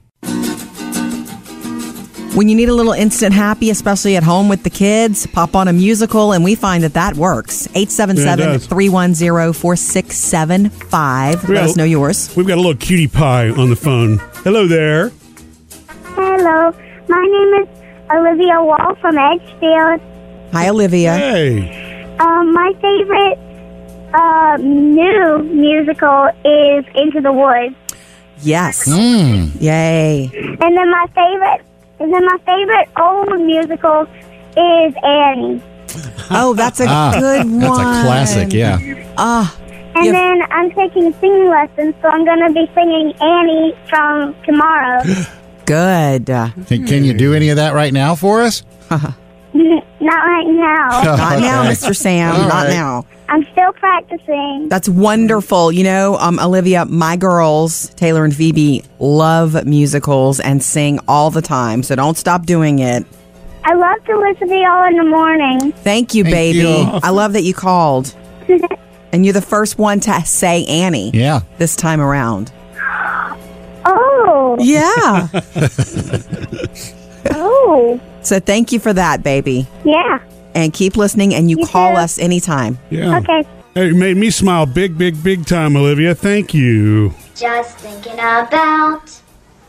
[SPEAKER 3] When you need a little instant happy, especially at home with the kids, pop on a musical, and we find that that works. 877 310 4675. Let us know yours.
[SPEAKER 1] We've got a little cutie pie on the phone. Hello there.
[SPEAKER 6] Hello, my name is Olivia Wall from Edgefield.
[SPEAKER 3] Hi, Olivia.
[SPEAKER 1] Hey.
[SPEAKER 6] Um, my favorite uh, new musical is Into the Woods,
[SPEAKER 3] Yes.
[SPEAKER 2] Hmm.
[SPEAKER 3] Yay.
[SPEAKER 6] and then my favorite, and then my favorite old musical is Annie.
[SPEAKER 3] Oh, that's a
[SPEAKER 2] Ah,
[SPEAKER 3] good one.
[SPEAKER 2] That's a classic. Yeah.
[SPEAKER 3] Ah,
[SPEAKER 6] And
[SPEAKER 3] Yep.
[SPEAKER 6] then I'm taking singing lessons, so I'm going to be singing Annie from tomorrow.
[SPEAKER 3] good. Uh,
[SPEAKER 2] Can, can you do any of that right now for us?
[SPEAKER 6] Not right now.
[SPEAKER 3] Not now,
[SPEAKER 2] Okay.
[SPEAKER 3] Mr. Sam.
[SPEAKER 2] All
[SPEAKER 3] Not
[SPEAKER 2] right.
[SPEAKER 3] now.
[SPEAKER 6] I'm still practicing.
[SPEAKER 3] That's wonderful. You know, um, Olivia, my girls, Taylor and Phoebe, love musicals and sing all the time. So don't stop doing it.
[SPEAKER 6] I love to listen to y'all in the morning.
[SPEAKER 3] Thank you,
[SPEAKER 2] Thank
[SPEAKER 3] baby.
[SPEAKER 2] you.
[SPEAKER 3] I love that you called. and you're the first one to say Annie
[SPEAKER 2] Yeah.
[SPEAKER 3] this time around.
[SPEAKER 6] Oh,
[SPEAKER 3] Yeah.
[SPEAKER 6] oh,
[SPEAKER 3] so thank you for that, baby.
[SPEAKER 6] yeah.
[SPEAKER 3] And keep listening and you,
[SPEAKER 6] You
[SPEAKER 3] call
[SPEAKER 6] too.
[SPEAKER 3] us anytime.
[SPEAKER 1] Yeah.
[SPEAKER 6] Okay.
[SPEAKER 1] Hey, you made me smile big, big, big time, Olivia. Thank you.
[SPEAKER 12] Just thinking about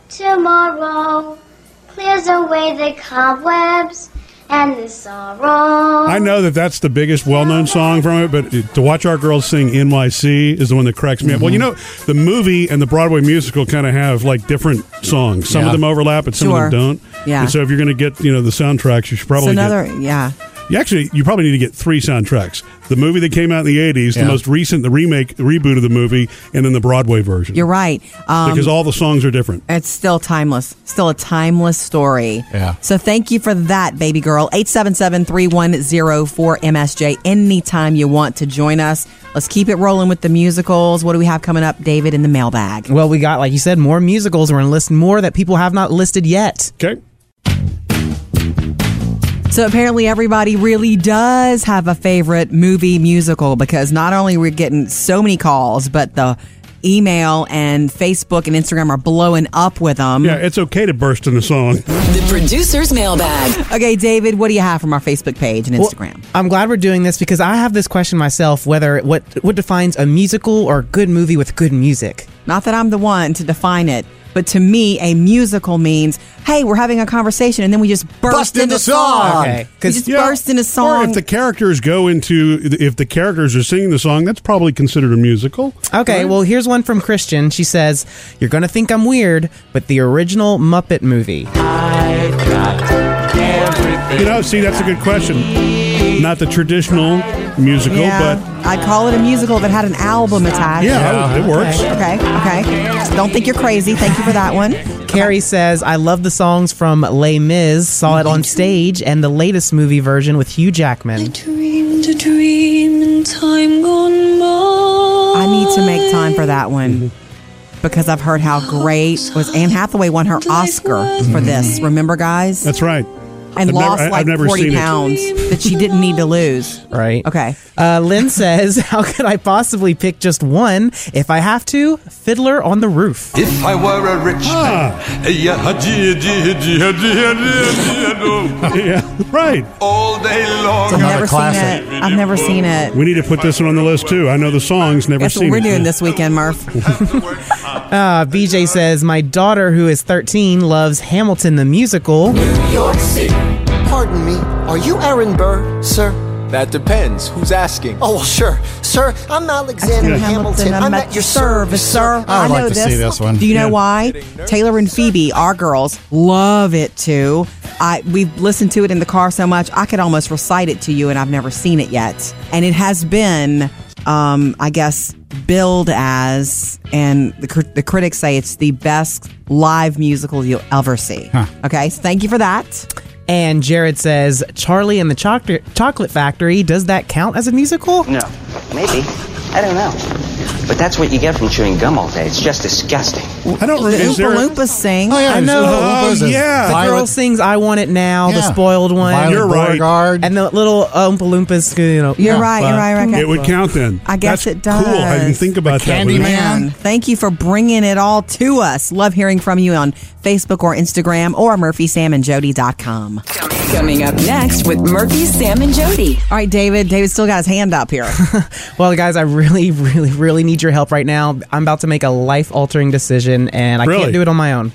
[SPEAKER 12] tomorrow clears away the cobwebs and the sorrow.
[SPEAKER 1] I know that that's the biggest well-known song from it, but to watch our girls sing NYC is the one that cracks me up. Well, you
[SPEAKER 3] Mm-hmm.
[SPEAKER 1] know, the movie and the Broadway musical kind of have like different songs. Some
[SPEAKER 2] Yeah.
[SPEAKER 1] of them overlap, and some
[SPEAKER 3] Sure.
[SPEAKER 1] of them don't.
[SPEAKER 3] Yeah.
[SPEAKER 1] And so if you're going to get you know the soundtracks, you should
[SPEAKER 3] It's
[SPEAKER 1] probably
[SPEAKER 3] another,
[SPEAKER 1] Get,
[SPEAKER 3] yeah.
[SPEAKER 1] you actually you probably need to get three soundtracks: the movie that came out in the '80s,
[SPEAKER 2] Yeah.
[SPEAKER 1] the most recent, the remake, the reboot of the movie, and then the Broadway version.
[SPEAKER 3] You're right. Um,
[SPEAKER 1] because all the songs are different.
[SPEAKER 3] It's still timeless. Still a timeless story.
[SPEAKER 2] Yeah.
[SPEAKER 3] So thank you for that, baby girl. 877-310-4MSJ. Anytime you want to join us. Let's keep it rolling with the musicals. What do we have coming up, David, in the mailbag?
[SPEAKER 11] Well, we got, like you said, more musicals. We're going to list more that people have not listed yet.
[SPEAKER 1] Okay.
[SPEAKER 3] So apparently everybody really does have a favorite movie musical because not only we're getting so many calls, but the email and Facebook and Instagram are blowing up with them.
[SPEAKER 1] Yeah, it's okay to burst in a song.
[SPEAKER 4] The producer's mailbag.
[SPEAKER 3] Okay, David, what do you have from our Facebook page and
[SPEAKER 11] Well,
[SPEAKER 3] Instagram?
[SPEAKER 11] I'm glad we're doing this because I have this question myself: whether what what defines a musical or good movie with good music.
[SPEAKER 3] Not that I'm the one to define it, but to me, a musical means, hey, we're having a conversation, and then we just burst,
[SPEAKER 2] Burst into song. Okay,
[SPEAKER 3] We just burst into
[SPEAKER 1] Or
[SPEAKER 3] song.
[SPEAKER 1] if the characters go into, if the characters are singing the song, that's probably considered a musical.
[SPEAKER 11] Okay,
[SPEAKER 1] Right?
[SPEAKER 11] well, here's one from Christian. She says, You're going to think I'm weird, but the original Muppet movie.
[SPEAKER 1] You know, see, that's a good question. Not the traditional musical,
[SPEAKER 3] yeah,
[SPEAKER 1] but
[SPEAKER 3] I'd call it a musical that had an album attached.
[SPEAKER 1] Yeah, Yeah, it works.
[SPEAKER 3] Okay, okay. Don't think you're crazy. Thank you for that one.
[SPEAKER 11] Carrie says, I love the songs from Les Mis, saw it on stage, and the latest movie version with Hugh Jackman.
[SPEAKER 13] Dreamed a dream in time gone by.
[SPEAKER 3] I need to make time for that one because I've heard how great was Anne Hathaway won her Oscar for this. Remember, guys?
[SPEAKER 1] that's right.
[SPEAKER 3] and
[SPEAKER 1] I've never-
[SPEAKER 3] lost
[SPEAKER 1] I- I've
[SPEAKER 3] like
[SPEAKER 1] never
[SPEAKER 3] 40
[SPEAKER 1] seen it.
[SPEAKER 3] pounds that she didn't need to lose.
[SPEAKER 11] Right.
[SPEAKER 3] Okay.
[SPEAKER 11] Uh, Lynn says, How could I possibly pick just one? If I have to, Fiddler on the Roof.
[SPEAKER 5] If I were a rich man, yeah, haji, haji, haji, haji, haji, haji,
[SPEAKER 1] yeah, right.
[SPEAKER 5] all day long.
[SPEAKER 3] I've
[SPEAKER 2] Another
[SPEAKER 3] never seen
[SPEAKER 2] classic.
[SPEAKER 3] it. I've never seen it.
[SPEAKER 1] we need to put this one on the list too. I know the songs, never
[SPEAKER 3] That's
[SPEAKER 1] seen
[SPEAKER 3] what we're
[SPEAKER 1] it.
[SPEAKER 3] doing this weekend, Murph.
[SPEAKER 11] Uh, BJ says, My daughter, who is 13, loves Hamilton the musical.
[SPEAKER 5] Pardon me, are you Aaron Burr, sir? That depends. Who's asking? Oh, well, sure. Sir, I'm Alexander
[SPEAKER 3] Alexander
[SPEAKER 5] Hamilton.
[SPEAKER 3] Hamilton,
[SPEAKER 5] I'm at your service, sir.
[SPEAKER 2] I would like to see this one.
[SPEAKER 3] Do you know
[SPEAKER 2] Yeah.
[SPEAKER 3] why? Taylor and Phoebe, our girls, love it too. I we've listened to it in the car so much I could almost recite it to you, and I've never seen it yet. And it has been, um, I guess, billed as, and the cr- the critics say it's the best live musical you'll ever see. Okay, so thank you for that.
[SPEAKER 11] And Jared says, Charlie and the Choc- Chocolate Factory, does that count as a musical?
[SPEAKER 14] No, maybe. I don't know. But that's what you get from chewing gum all day. It's just disgusting.
[SPEAKER 1] I don't remember. Is there,
[SPEAKER 3] Oompa Loompa sing.
[SPEAKER 2] Oh, yeah,
[SPEAKER 11] I know. Um,
[SPEAKER 2] Oompa Loompas
[SPEAKER 1] Oh,
[SPEAKER 2] and
[SPEAKER 1] yeah.
[SPEAKER 11] The girl
[SPEAKER 2] Violet-
[SPEAKER 11] sings "I Want It Now," the
[SPEAKER 2] Yeah.
[SPEAKER 11] spoiled one,
[SPEAKER 2] Violet
[SPEAKER 1] You're right.
[SPEAKER 2] Beauregard.
[SPEAKER 11] and the little Oompa Loompas. You know,
[SPEAKER 3] You're right, you're right, right, okay.
[SPEAKER 1] it would count then.
[SPEAKER 3] I guess
[SPEAKER 1] That's
[SPEAKER 3] it does.
[SPEAKER 1] Cool. I didn't think about that.
[SPEAKER 2] Candyman.
[SPEAKER 1] one.
[SPEAKER 3] Man, thank you for bringing it all to us. Love hearing from you on Facebook or Instagram or murphysamandjody.com.
[SPEAKER 4] Coming up next with Murphy, Sam, and Jody.
[SPEAKER 3] All right, David. David's still got his hand up here.
[SPEAKER 11] Well, guys, I really, really, really need your help right now. I'm about to make a life-altering decision, and I
[SPEAKER 1] Really?
[SPEAKER 11] can't do it on my own.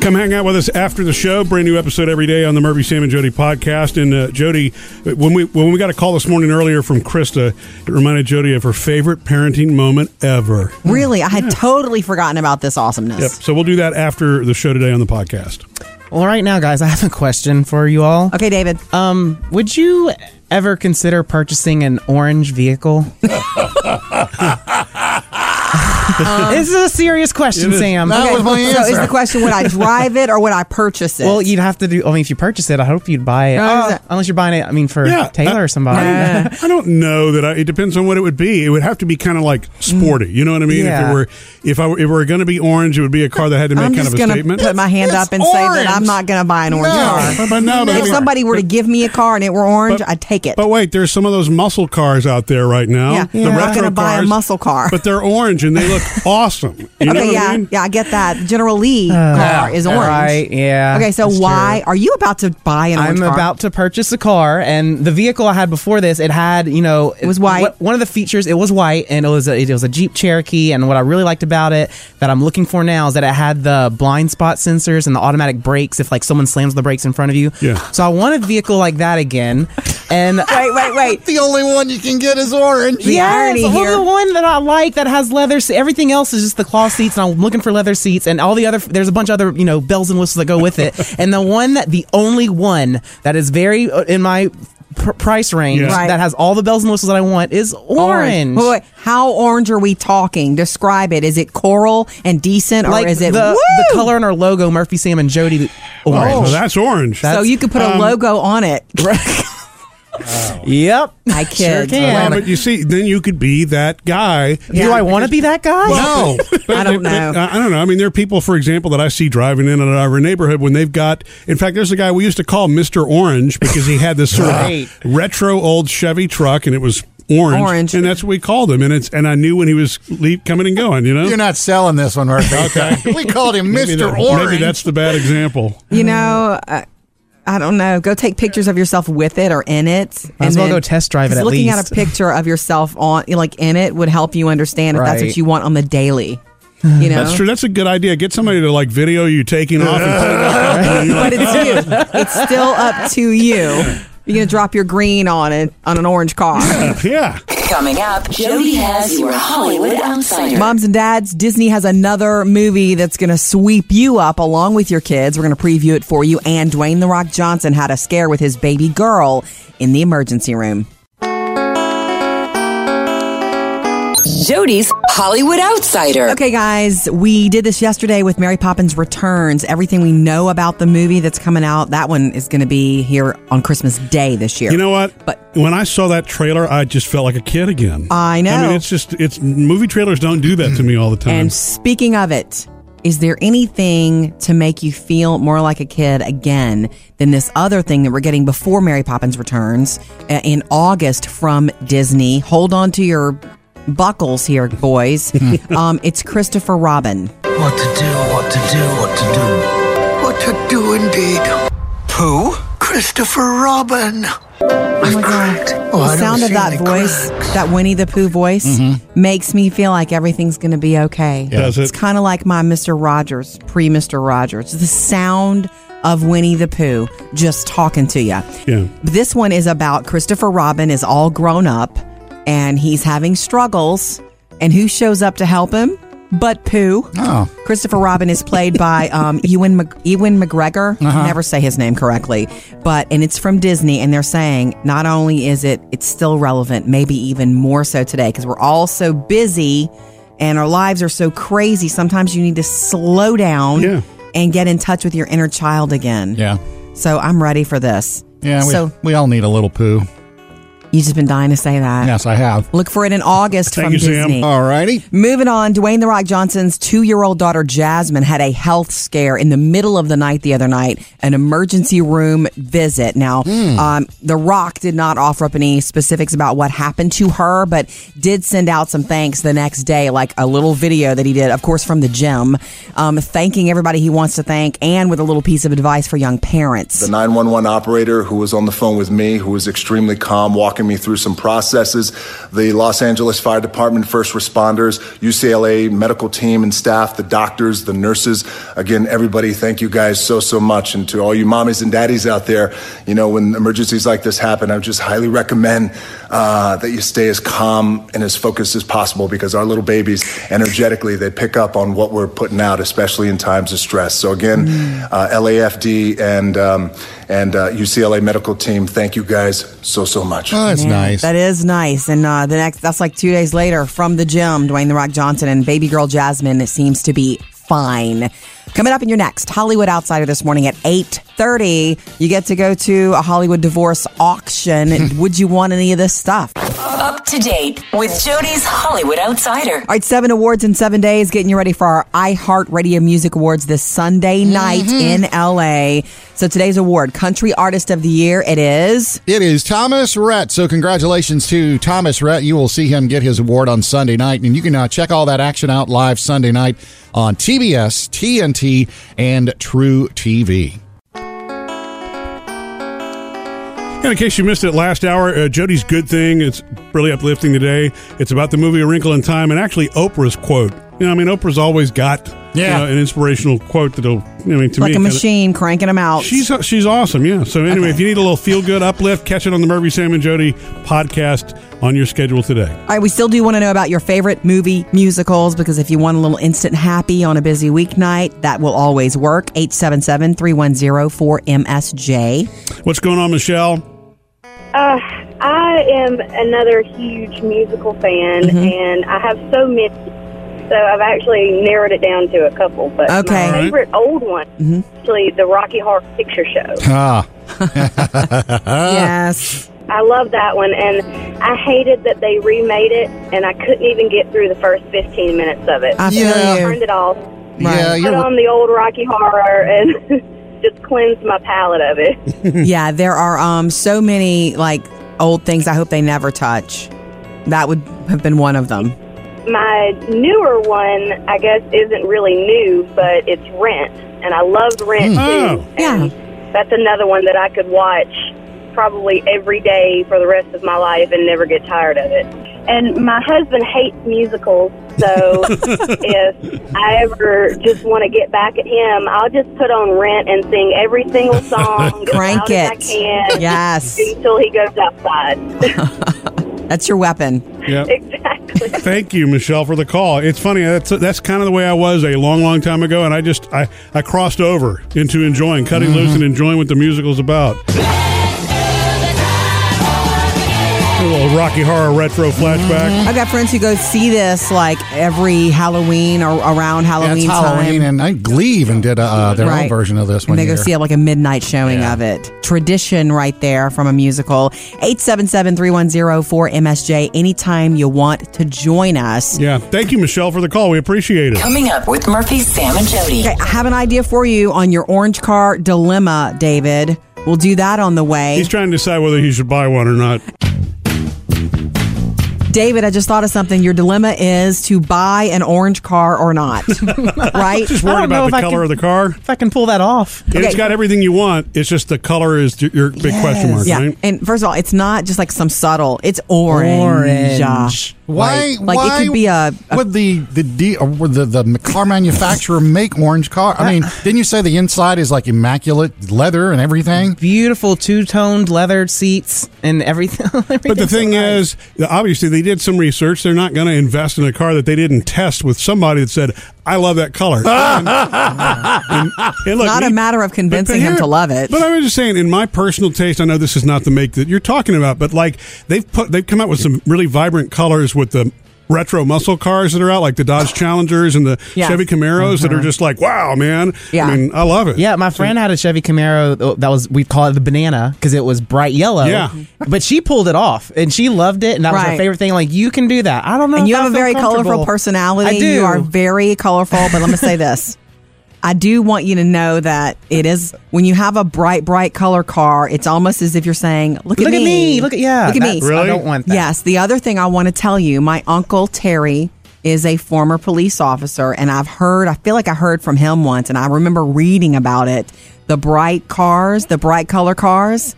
[SPEAKER 1] Come hang out with us after the show. Brand new episode every day on the Murphy Sam and Jody podcast. And uh, Jody, when we when we got a call this morning earlier from Krista, it reminded Jody of her favorite parenting moment ever.
[SPEAKER 3] really, I had totally forgotten about this
[SPEAKER 1] Yep.
[SPEAKER 3] awesomeness.
[SPEAKER 1] So we'll do that after the show today on the podcast.
[SPEAKER 11] Well, right now, guys, I have a question for you all.
[SPEAKER 3] Okay, David.
[SPEAKER 11] Um, would you ever consider purchasing an orange vehicle?
[SPEAKER 3] Um, Um,
[SPEAKER 11] this is a serious question,
[SPEAKER 1] It is.
[SPEAKER 11] Sam.
[SPEAKER 2] That was my
[SPEAKER 3] So is
[SPEAKER 2] answer.
[SPEAKER 3] the question would I drive it or would I purchase it?
[SPEAKER 11] Well, you'd have to do. I mean, if you purchase it, I hope you'd buy it.
[SPEAKER 3] No,
[SPEAKER 11] Oh,
[SPEAKER 3] it's-
[SPEAKER 11] unless you're buying it, I mean, for
[SPEAKER 1] Yeah,
[SPEAKER 11] Taylor
[SPEAKER 1] I-
[SPEAKER 11] or somebody.
[SPEAKER 3] Nah.
[SPEAKER 1] I don't know that I, it depends on what it would be. It would have to be kind of like sporty. You know what I mean? If
[SPEAKER 11] Yeah.
[SPEAKER 1] it were if I were, if it were going to be orange, it would be a car that had to make
[SPEAKER 3] I'm
[SPEAKER 1] kind
[SPEAKER 3] just
[SPEAKER 1] of a
[SPEAKER 3] going to
[SPEAKER 1] statement.
[SPEAKER 3] put my hand
[SPEAKER 2] It's
[SPEAKER 3] up and say that
[SPEAKER 2] orange.
[SPEAKER 3] I'm not going to buy an orange
[SPEAKER 2] No.
[SPEAKER 3] car.
[SPEAKER 1] but no, but I
[SPEAKER 3] If
[SPEAKER 1] mean-
[SPEAKER 3] somebody were to give me a car and it were orange,
[SPEAKER 1] But-
[SPEAKER 3] I'd take it.
[SPEAKER 1] But wait, there's some of those muscle cars out there right now.
[SPEAKER 3] Yeah.
[SPEAKER 1] the
[SPEAKER 3] Yeah. I'm not
[SPEAKER 1] retro
[SPEAKER 3] gonna buy a
[SPEAKER 1] cars,
[SPEAKER 3] muscle car.
[SPEAKER 1] but they're orange and they look awesome. You know
[SPEAKER 3] okay,
[SPEAKER 1] what
[SPEAKER 3] yeah,
[SPEAKER 1] I mean?
[SPEAKER 3] yeah, I get that. General Lee car is orange.
[SPEAKER 11] Right, yeah.
[SPEAKER 3] Okay, so
[SPEAKER 11] that's
[SPEAKER 3] why
[SPEAKER 11] true.
[SPEAKER 3] are you about to buy an
[SPEAKER 11] I'm
[SPEAKER 3] orange car?
[SPEAKER 11] about to purchase a car, and the vehicle I had before this, it had, you know, it
[SPEAKER 3] was white.
[SPEAKER 11] One of the features, it was white, and it was a, it was a Jeep Cherokee. And what I really liked about it that I'm looking for now is that it had the blind spot sensors and the automatic brakes if like someone slams the brakes in front of you.
[SPEAKER 1] Yeah.
[SPEAKER 11] So I want a vehicle like that again, and
[SPEAKER 3] wait, wait, wait.
[SPEAKER 2] The only one you can get is orange.
[SPEAKER 3] The irony
[SPEAKER 11] well,
[SPEAKER 3] here.
[SPEAKER 11] the one that I like that has leather. se- Everything else is just the cloth seats, and I'm looking for leather seats, and all the other. There's a bunch of other you know bells and whistles that go with it, and the one that the only one that is very uh, in my pr- price range
[SPEAKER 1] Yeah.
[SPEAKER 3] Right.
[SPEAKER 11] that has all the bells and whistles that I want is orange.
[SPEAKER 3] Wait, wait, how orange are we talking? Describe it. Is it coral and decent, or
[SPEAKER 11] Like
[SPEAKER 3] is it
[SPEAKER 11] the,
[SPEAKER 3] Woo!
[SPEAKER 11] the color in our logo, Murphy, Sam, and Jody
[SPEAKER 1] Oh,
[SPEAKER 11] orange.
[SPEAKER 1] that's orange.
[SPEAKER 3] So you could put a
[SPEAKER 1] um,
[SPEAKER 3] logo on it.
[SPEAKER 11] yep.
[SPEAKER 3] I kid.
[SPEAKER 1] Yeah,
[SPEAKER 11] can.
[SPEAKER 1] but you see, then you could be that guy.
[SPEAKER 11] Do I want to be that guy?
[SPEAKER 1] No,
[SPEAKER 3] I don't know.
[SPEAKER 1] I don't know. I mean, there are people, for example, that I see driving in and out of our neighborhood when they've got. In fact, there's a guy we used to call Mister Orange because he had this sort
[SPEAKER 11] Right.
[SPEAKER 1] of retro old Chevy truck, and it was orange, and that's what we called him. And it's and I knew when he was leave, coming and going. You know,
[SPEAKER 2] You're not selling this one, Murphy. okay. We called him
[SPEAKER 1] Maybe
[SPEAKER 2] Mr.
[SPEAKER 1] that-
[SPEAKER 2] Orange.
[SPEAKER 1] Maybe that's the bad example.
[SPEAKER 3] You know, I, I don't know. Go take pictures of yourself with it or in it.
[SPEAKER 11] Might as well
[SPEAKER 3] then-
[SPEAKER 11] go test drive it
[SPEAKER 3] because
[SPEAKER 11] at
[SPEAKER 3] looking at
[SPEAKER 11] least.
[SPEAKER 3] a picture of yourself on, like in it, would help you understand if that's
[SPEAKER 1] Right.
[SPEAKER 3] what you want on the daily. You know,
[SPEAKER 1] That's true. That's a good idea. Get somebody to like video you taking off. And put it
[SPEAKER 3] but it's you. It's still up to you. You're gonna drop your green on it on an orange car.
[SPEAKER 1] Yeah.
[SPEAKER 4] Coming up, Jody has your Hollywood Outsider.
[SPEAKER 3] Moms and dads, Disney has another movie that's going to sweep you up along with your kids. We're going to preview it for you. And Dwayne The Rock Johnson had a scare with his baby girl in the emergency room.
[SPEAKER 4] Jody's Hollywood Outsider.
[SPEAKER 3] Okay, guys, we did this yesterday with Mary Poppins Returns. Everything we know about the movie that's coming out, that one is going to be here on Christmas Day this year.
[SPEAKER 1] You know what? But when I saw that trailer, I just felt like a kid again.
[SPEAKER 3] I know.
[SPEAKER 1] I mean, it's just it's movie trailers don't do that to me all the time.
[SPEAKER 3] And speaking of it, is there anything to make you feel more like a kid again than this other thing that we're getting before Mary Poppins Returns uh, in August from Disney? Hold on to your buckles here, boys. um, it's Christopher Robin.
[SPEAKER 5] What to do, what to do, what to do. What to do indeed. Pooh? Christopher Robin. I've cracked. Oh,
[SPEAKER 3] the
[SPEAKER 5] I don't
[SPEAKER 3] sound of
[SPEAKER 5] see
[SPEAKER 3] that
[SPEAKER 5] any
[SPEAKER 3] voice, that Winnie the Pooh voice,
[SPEAKER 5] Mhm.
[SPEAKER 3] makes me feel like everything's going to be okay.
[SPEAKER 1] Yeah. Does it?
[SPEAKER 3] It's kind of like my Mr. Rogers, pre Mr. Rogers. The sound of Winnie the Pooh just talking to you.
[SPEAKER 1] Yeah.
[SPEAKER 3] This one is about Christopher Robin is all grown up and he's having struggles. And who shows up to help him? But Pooh.
[SPEAKER 2] Oh.
[SPEAKER 3] Christopher Robin is played by um, Ewan, Mc- Ewan McGregor. I
[SPEAKER 2] Uh-huh.
[SPEAKER 3] Never say his name correctly. But, and it's from Disney. And they're saying not only is it, it's still relevant, maybe even more so today because we're all so busy and our lives are so crazy. Sometimes you need to slow down and get in touch with your inner child again.
[SPEAKER 2] Yeah.
[SPEAKER 3] So I'm ready for this.
[SPEAKER 2] Yeah, we,
[SPEAKER 3] So
[SPEAKER 2] we all need a little poo.
[SPEAKER 3] you just been dying to say that.
[SPEAKER 2] Yes, I have.
[SPEAKER 3] Look for it in August
[SPEAKER 2] Thank
[SPEAKER 3] from
[SPEAKER 2] you, Sam.
[SPEAKER 3] Disney.
[SPEAKER 2] All righty.
[SPEAKER 3] Moving on, Dwayne The Rock Johnson's two year old daughter Jasmine had a health scare in the middle of the night the other night, an emergency room visit. Now,
[SPEAKER 2] Hmm.
[SPEAKER 3] um, The Rock did not offer up any specifics about what happened to her, but did send out some thanks the next day, like a little video that he did, of course, from the gym, um, thanking everybody he wants to thank and with a little piece of advice for young parents.
[SPEAKER 15] The 911 operator who was on the phone with me, who was extremely calm, walking me through some processes, the Los Angeles Fire Department first responders, UCLA medical team and staff, the doctors, the nurses. Again, everybody, thank you guys so, so much. And to all you mommies and daddies out there, you know, when emergencies like this happen, I would just highly recommend uh, that you stay as calm and as focused as possible because our little babies, energetically, they pick up on what we're putting out, especially in times of stress. So again,
[SPEAKER 3] Mm.
[SPEAKER 15] uh, LAFD and um, and uh, UCLA medical team, thank you guys so so much.
[SPEAKER 1] Oh,
[SPEAKER 3] Yeah, That is Oh, nice. And uh, the next, that's like two days later from the gym, Dwayne The Rock Johnson and baby girl Jasmine seems to be fine. Coming up in your next Hollywood Outsider this morning at 8.30, you get to go to a Hollywood divorce auction. Would you want any of this stuff?
[SPEAKER 4] Up to date with Jody's Hollywood Outsider.
[SPEAKER 3] All right, seven awards in seven days, getting you ready for our iHeart Radio Music Awards this
[SPEAKER 1] Mm-hmm.
[SPEAKER 3] Sunday night in LA. So today's award, Country Artist of the Year, it is.
[SPEAKER 2] It is Thomas Rhett. So, congratulations to Thomas Rhett. You will see him get his award on Sunday night. And you can uh, check all that action out live Sunday night on TBS, TNT, and True TV.
[SPEAKER 1] And in case you missed it last hour, uh, Jody's Good Thing, it's really uplifting today. It's about the movie A Wrinkle in Time and actually Oprah's quote. You know, I mean, Oprah's always got
[SPEAKER 3] Yeah.
[SPEAKER 1] you know, an inspirational quote that'll, I mean, to
[SPEAKER 3] like
[SPEAKER 1] me,
[SPEAKER 3] a
[SPEAKER 1] kinda-
[SPEAKER 3] machine cranking them out.
[SPEAKER 1] She's uh, she's awesome, yeah. So anyway, if you need a little feel good uplift, catch it on the Murphy Sam and Jody podcast on your schedule today.
[SPEAKER 3] All right, we still do want to know about your favorite movie musicals because if you want a little instant happy on a busy weeknight, that will always work. 877 310 4MSJ.
[SPEAKER 1] What's going on, Michelle?
[SPEAKER 16] Uh, I am another huge musical fan,
[SPEAKER 3] Mm-hmm.
[SPEAKER 1] Mhm.
[SPEAKER 16] and I have so many. So I've actually narrowed it down to a couple. But
[SPEAKER 3] Okay.
[SPEAKER 16] my favorite old one,
[SPEAKER 3] Mhm.
[SPEAKER 4] Mm-hmm.
[SPEAKER 16] is actually, the Rocky Horror Picture Show.
[SPEAKER 2] Ah.
[SPEAKER 3] yes.
[SPEAKER 16] I love that one, and I hated that they remade it, and I couldn't even get through the first fifteen minutes of it.
[SPEAKER 3] I feel
[SPEAKER 16] So I
[SPEAKER 3] you.
[SPEAKER 16] turned it off.
[SPEAKER 2] Yeah,
[SPEAKER 16] put
[SPEAKER 2] you're-
[SPEAKER 16] on the old Rocky Horror and just cleansed my palate of it.
[SPEAKER 3] yeah, there are um so many like old things I hope they never touch. That would have been one of them.
[SPEAKER 16] My newer one, I guess, isn't really new, but it's Rent, and I loved Rent too. And that's another one that I could watch probably every day for the rest of my life and never get tired of it. And my husband hates musicals, so if I ever just want to get back at him, I'll just put on Rent and sing every single song
[SPEAKER 3] Crank
[SPEAKER 16] as loud as I
[SPEAKER 3] it.
[SPEAKER 16] can,
[SPEAKER 3] Yes.
[SPEAKER 16] until he goes outside.
[SPEAKER 3] That's your weapon.
[SPEAKER 1] Yeah.
[SPEAKER 16] exactly.
[SPEAKER 1] Thank you, Michelle, for the call. It's funny. That's that's kind of the way I was a long, long time ago, and I just I, I crossed over into enjoying, cutting
[SPEAKER 3] Mm-hmm.
[SPEAKER 1] loose, and enjoying what the musical's about. A little Rocky Horror retro flashback.
[SPEAKER 3] I've got friends who go see this like every Halloween or around
[SPEAKER 2] Yeah,
[SPEAKER 3] Halloween
[SPEAKER 2] it's Halloween,
[SPEAKER 3] time.
[SPEAKER 2] and I think Glee even did a, uh, their own
[SPEAKER 3] Right.
[SPEAKER 2] version of this one.
[SPEAKER 3] And they go
[SPEAKER 2] year.
[SPEAKER 3] see like a midnight showing of it. Tradition right there from a musical. 877-310-4MSJ. Anytime you want to join us.
[SPEAKER 1] Yeah. Thank you, Michelle, for the call. We appreciate it.
[SPEAKER 4] Coming up with Murphy, Sam, and Jody.
[SPEAKER 3] Okay, I have an idea for you on your orange car dilemma, David. We'll do that on the way.
[SPEAKER 1] He's trying to decide whether he should buy one or not.
[SPEAKER 3] David, I just thought of something. Your dilemma is to buy an orange car or not, right?
[SPEAKER 1] Just worried about the color of the car.
[SPEAKER 11] If I can pull that off.
[SPEAKER 1] And It's
[SPEAKER 3] Okay.
[SPEAKER 1] got everything you want. It's just the color is th- your big question mark,
[SPEAKER 3] Yeah,
[SPEAKER 1] right?
[SPEAKER 3] and first of all, it's not just like some subtle. It's orange.
[SPEAKER 11] Orange.
[SPEAKER 2] Why?
[SPEAKER 3] Like, like
[SPEAKER 2] why
[SPEAKER 3] it could be a. a-
[SPEAKER 2] would the the de- or would the, the car manufacturer make orange car? I mean, didn't you say the inside is like immaculate leather and everything?
[SPEAKER 11] Beautiful two toned leather seats and everything.
[SPEAKER 1] But the thing is, obviously, they did some research. They're not going to invest in a car that they didn't test with somebody that said, "I love that color."
[SPEAKER 3] Ah!
[SPEAKER 1] And- and- and look,
[SPEAKER 3] not a
[SPEAKER 1] me-
[SPEAKER 3] matter of
[SPEAKER 1] but- but
[SPEAKER 3] convincing him
[SPEAKER 1] here-
[SPEAKER 3] to love it.
[SPEAKER 1] But I was just saying, in my personal taste, I know this is not the make that you're talking about, but like they've put they've come out with some really vibrant colors with the retro muscle cars that are out, like the Dodge Challengers and the
[SPEAKER 11] Yeah. Uh-huh.
[SPEAKER 1] Chevy Camaros that are
[SPEAKER 3] Uh-huh.
[SPEAKER 1] just like, wow, man.
[SPEAKER 11] Yeah.
[SPEAKER 1] I mean, I love it.
[SPEAKER 11] Yeah, my friend had a Chevy Camaro that was we call it the banana because it was bright yellow.
[SPEAKER 1] Yeah.
[SPEAKER 11] but she pulled it off and she loved it, and that was her
[SPEAKER 3] Right.
[SPEAKER 11] favorite thing. Like you can do that. I don't know.
[SPEAKER 3] and
[SPEAKER 11] if
[SPEAKER 3] you
[SPEAKER 11] I
[SPEAKER 3] have a
[SPEAKER 11] feel
[SPEAKER 3] very colorful
[SPEAKER 11] comfortable.
[SPEAKER 3] personality.
[SPEAKER 11] I do.
[SPEAKER 3] You are very colorful, but let me say this. I do want you to know that it is when you have a bright, bright color car, it's almost as if you're saying, Look,
[SPEAKER 11] Look
[SPEAKER 3] at,
[SPEAKER 11] at me. Look at- yeah,
[SPEAKER 3] Look at me.
[SPEAKER 11] that's- I Really? don't want that.
[SPEAKER 3] Yes. The other thing I want to tell you, my uncle Terry is a former police officer, and I've heard, I feel like I heard from him once, and I remember reading about it. The bright cars, the bright color cars,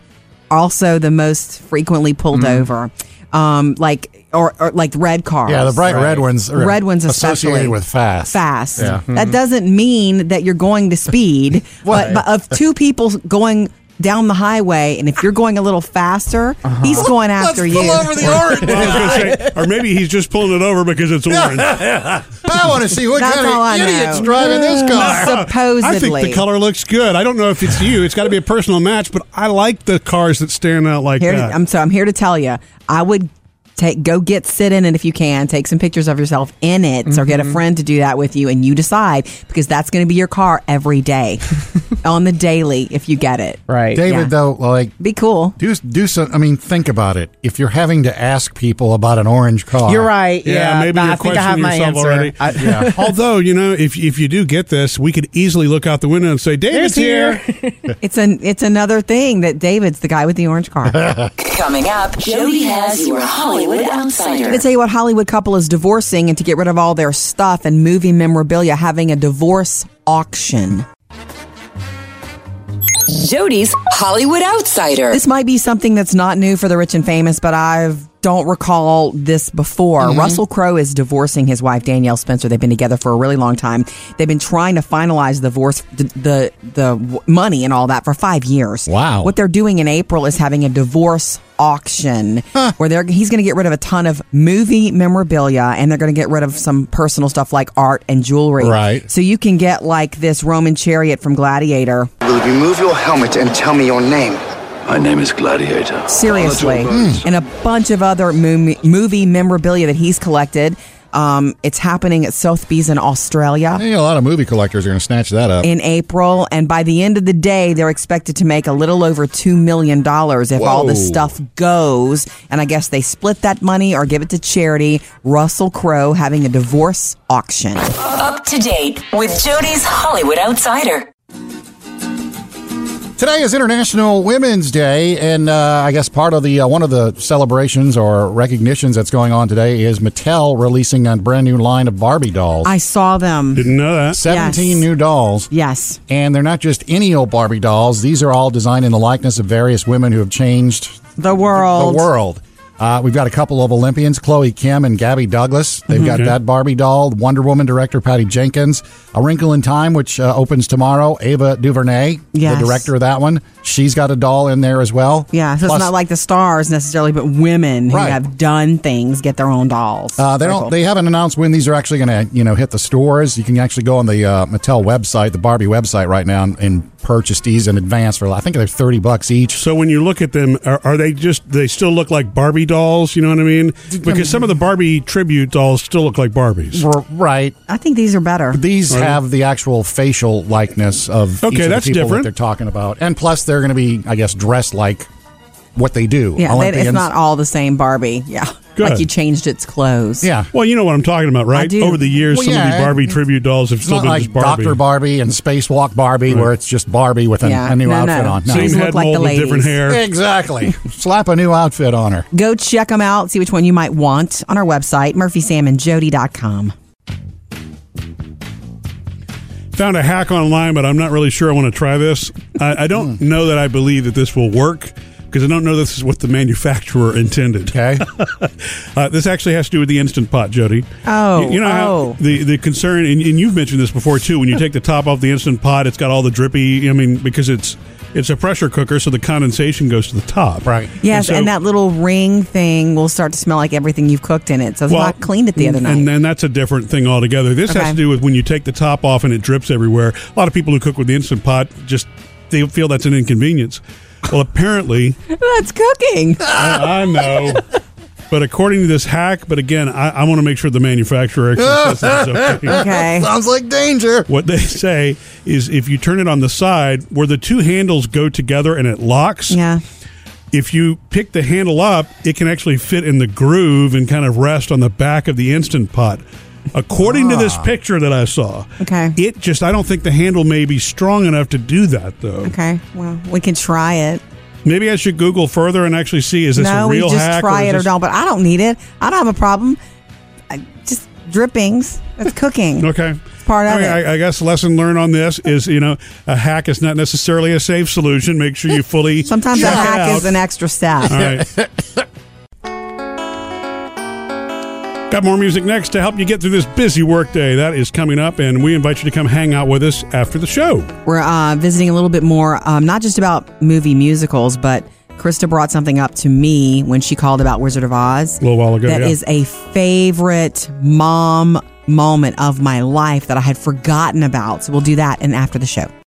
[SPEAKER 3] also the most frequently pulled
[SPEAKER 11] Mm-hmm.
[SPEAKER 3] over. Um, like or, or like red cars.
[SPEAKER 2] Yeah, the bright red ones are
[SPEAKER 3] red ones
[SPEAKER 2] associated
[SPEAKER 3] especially.
[SPEAKER 2] with fast.
[SPEAKER 3] Fast.
[SPEAKER 2] Yeah.
[SPEAKER 3] That
[SPEAKER 2] Mhm.
[SPEAKER 3] doesn't mean that you're going to speed, but, but of two people going down the highway, and if you're going a little faster,
[SPEAKER 2] Uh-huh.
[SPEAKER 3] he's going after you.
[SPEAKER 1] Well, I was gonna say, or maybe he's just pulling it over because it's orange.
[SPEAKER 2] I want to see what
[SPEAKER 3] That's
[SPEAKER 2] kind
[SPEAKER 3] all I
[SPEAKER 2] of idiots
[SPEAKER 3] know.
[SPEAKER 2] driving this car.
[SPEAKER 3] Supposedly,
[SPEAKER 1] I think the color looks good. I don't know if it's you. It's got to be a personal match, but I like the cars that stand out like
[SPEAKER 3] Here to-
[SPEAKER 1] that.
[SPEAKER 3] I'm so I'm here to tell you, I would take go get sit in it if you can. Take some pictures of yourself in it, or get a
[SPEAKER 2] Mm-hmm.
[SPEAKER 3] friend to do that with you, and you decide because that's going to be your car every day, on the daily if you get it.
[SPEAKER 11] Right,
[SPEAKER 2] David, though, like,
[SPEAKER 3] be cool.
[SPEAKER 2] Do do some. I mean, think about it. If you're having to ask people about an orange car,
[SPEAKER 11] You're right. Yeah,
[SPEAKER 1] maybe
[SPEAKER 11] nah,
[SPEAKER 1] you're
[SPEAKER 11] I think I
[SPEAKER 1] questioning
[SPEAKER 11] have my
[SPEAKER 1] yourself
[SPEAKER 11] answer.
[SPEAKER 1] already.
[SPEAKER 11] I- Yeah.
[SPEAKER 1] Although you know, if if you do get this, we could easily look out the window and say, "David's here."
[SPEAKER 3] It's an it's another thing that David's the guy with the orange car.
[SPEAKER 4] Coming up, Jody has your Hollywood
[SPEAKER 3] I'm
[SPEAKER 4] Outsider.
[SPEAKER 3] going to tell you what Hollywood couple is divorcing and to get rid of all their stuff and movie memorabilia, having a divorce auction.
[SPEAKER 4] Jody's Hollywood Outsider.
[SPEAKER 3] This might be something that's not new for the rich and famous, but I don't recall this before. Russell Crowe is divorcing his wife Danielle Spencer. They've been together for a really long time. They've been trying to finalize the divorce, the the, the w- money and all that for five years. Wow. What they're doing in April is having a divorce auction where they're he's going to get rid of a ton of movie memorabilia and they're going to get rid of some personal stuff like art and jewelry.
[SPEAKER 8] Right.
[SPEAKER 3] So you can get like this Roman chariot from Gladiator.
[SPEAKER 8] Will you remove your helmet and tell me your name?
[SPEAKER 9] My name is Gladiator.
[SPEAKER 3] Seriously.
[SPEAKER 9] Father to a bird.
[SPEAKER 3] And a bunch of other mo- movie memorabilia that he's collected. Um, it's happening at Sotheby's in Australia
[SPEAKER 2] Hey, a lot of movie collectors are going to snatch that up.
[SPEAKER 3] in April. And by the end of the day, they're expected to make a little over $2 million if all this
[SPEAKER 2] Whoa.
[SPEAKER 3] stuff goes. And I guess they split that money or give it to charity. Russell Crowe having a divorce auction.
[SPEAKER 4] Up to date with Jody's Hollywood Outsider.
[SPEAKER 2] Today is International Women's Day, and uh, I guess part of the uh, one of the celebrations or recognitions that's going on today is Mattel releasing a brand new line of Barbie dolls.
[SPEAKER 3] I saw them.
[SPEAKER 1] Didn't know that.
[SPEAKER 2] Seventeen new dolls.
[SPEAKER 3] Yes,
[SPEAKER 2] and they're not just any old Barbie dolls. These are all designed in the likeness of various women who have changed
[SPEAKER 3] the world.
[SPEAKER 2] the world. Uh, we've got a couple of Olympians, Chloe Kim and Gabby Douglas. They've got
[SPEAKER 1] Mm-hmm. Okay.
[SPEAKER 2] that Barbie doll, Wonder Woman director Patty Jenkins, A Wrinkle in Time, which uh, opens tomorrow. Ava DuVernay,
[SPEAKER 3] Yes.
[SPEAKER 2] the director of that one, she's got a doll in there as well.
[SPEAKER 3] Yeah, so
[SPEAKER 2] Plus-
[SPEAKER 3] it's not like the stars necessarily, but women who
[SPEAKER 2] Right.
[SPEAKER 3] have done things get their own dolls.
[SPEAKER 2] Uh, they
[SPEAKER 3] Very
[SPEAKER 2] don't.
[SPEAKER 3] cool.
[SPEAKER 2] They haven't announced when these are actually going to, you know, hit the stores. You can actually go on the uh, Mattel website, the Barbie website, right now, and, and purchase these in advance for. I think they're thirty bucks each.
[SPEAKER 1] So when you look at them, uh, are, are they just they still look like Barbie dolls? You know what I mean? Because some of the Barbie tribute dolls still look like Barbies.
[SPEAKER 2] R- Right.
[SPEAKER 3] I think these are better.
[SPEAKER 2] These
[SPEAKER 1] Are they?
[SPEAKER 2] have the actual facial likeness of
[SPEAKER 1] Okay,
[SPEAKER 2] each of
[SPEAKER 1] that's
[SPEAKER 2] the people
[SPEAKER 1] different.
[SPEAKER 2] that they're talking about, and plus they're going to be, I guess, dressed like what they do.
[SPEAKER 3] yeah, they, it's
[SPEAKER 2] Olympians.
[SPEAKER 3] not all the same Barbie. Yeah,
[SPEAKER 1] Good.
[SPEAKER 3] like you changed its clothes.
[SPEAKER 2] Yeah.
[SPEAKER 1] Well, you know what I'm talking about, right?
[SPEAKER 3] do.
[SPEAKER 1] Over the years,
[SPEAKER 2] Well,
[SPEAKER 1] some of
[SPEAKER 2] yeah,
[SPEAKER 1] the Barbie
[SPEAKER 2] it-
[SPEAKER 1] tribute dolls have
[SPEAKER 2] It's
[SPEAKER 1] still
[SPEAKER 2] not
[SPEAKER 1] been
[SPEAKER 2] like
[SPEAKER 1] just Barbie.
[SPEAKER 2] Doctor Barbie and Spacewalk Barbie, where it's just Barbie with an,
[SPEAKER 3] Yeah,
[SPEAKER 2] a new
[SPEAKER 3] no,
[SPEAKER 2] outfit
[SPEAKER 3] no.
[SPEAKER 2] on.
[SPEAKER 1] Same head
[SPEAKER 3] like the
[SPEAKER 1] mold with
[SPEAKER 3] ladies.
[SPEAKER 1] different hair.
[SPEAKER 2] Exactly. Slap a new outfit on her.
[SPEAKER 3] Go check them out, see which one you might want on our website, murphysamandjody.com.
[SPEAKER 1] Found a hack online, but I'm not really sure I want to try this. I, I don't
[SPEAKER 2] Hmm.
[SPEAKER 1] know that I believe that this will work because I don't know this is what the manufacturer intended.
[SPEAKER 2] Okay.
[SPEAKER 1] Uh, this actually has to do with the instant pot, Jody.
[SPEAKER 3] Oh,
[SPEAKER 1] you, you know how
[SPEAKER 3] oh.
[SPEAKER 1] the the concern, and, and you've mentioned this before too. When you take the top off the instant pot, it's got all the drippy. I mean, because it's it's a pressure cooker, so the condensation goes to the top.
[SPEAKER 2] Right.
[SPEAKER 3] Yes, and,
[SPEAKER 1] so-
[SPEAKER 3] that little ring thing will start to smell like everything you've cooked in it. So it's not cleaned it the other night.
[SPEAKER 1] And then that's a different thing altogether. This has
[SPEAKER 3] Okay.
[SPEAKER 1] to do with when you take the top off and it drips everywhere. A lot of people who cook with the instant pot just they feel that's an inconvenience. Well, apparently,
[SPEAKER 3] That's cooking.
[SPEAKER 1] I, I know. But according to this hack, but again, I, I want to make sure the manufacturer actually says that's okay.
[SPEAKER 3] Okay.
[SPEAKER 2] Sounds like danger.
[SPEAKER 1] What they say is if you turn it on the side where the two handles go together and it locks,
[SPEAKER 3] Yeah.
[SPEAKER 1] if you pick the handle up, it can actually fit in the groove and kind of rest on the back of the instant pot. According to this picture that I saw,
[SPEAKER 3] Ah. Okay.
[SPEAKER 1] it just, I don't think the handle may be strong enough to do that though.
[SPEAKER 3] Okay. Well, we can try it.
[SPEAKER 1] Maybe I should Google further and actually see is this
[SPEAKER 3] no,
[SPEAKER 1] a
[SPEAKER 3] we
[SPEAKER 1] real
[SPEAKER 3] just
[SPEAKER 1] hack?
[SPEAKER 3] try it
[SPEAKER 1] is
[SPEAKER 3] or
[SPEAKER 1] this-
[SPEAKER 3] don't. But I don't need it. I don't have a problem. I, just drippings. That's cooking.
[SPEAKER 1] Okay.
[SPEAKER 3] part of
[SPEAKER 1] I, mean,
[SPEAKER 3] it.
[SPEAKER 1] I, I guess lesson learned on this is you know a hack is not necessarily a safe solution. Make sure you fully
[SPEAKER 3] Sometimes
[SPEAKER 1] check
[SPEAKER 3] a
[SPEAKER 1] it
[SPEAKER 3] hack
[SPEAKER 1] out.
[SPEAKER 3] is an extra step.
[SPEAKER 1] All right. Got more music next to help you get through this busy workday. That is coming up, and we invite you to come hang out with us after the show.
[SPEAKER 3] We're uh, visiting a little bit more, um, not just about movie musicals, but Krista brought something up to me when she called about Wizard of Oz.
[SPEAKER 1] A little while ago,
[SPEAKER 3] That
[SPEAKER 1] yeah.
[SPEAKER 3] is a favorite mom moment of my life that I had forgotten about. So we'll do that and after the show.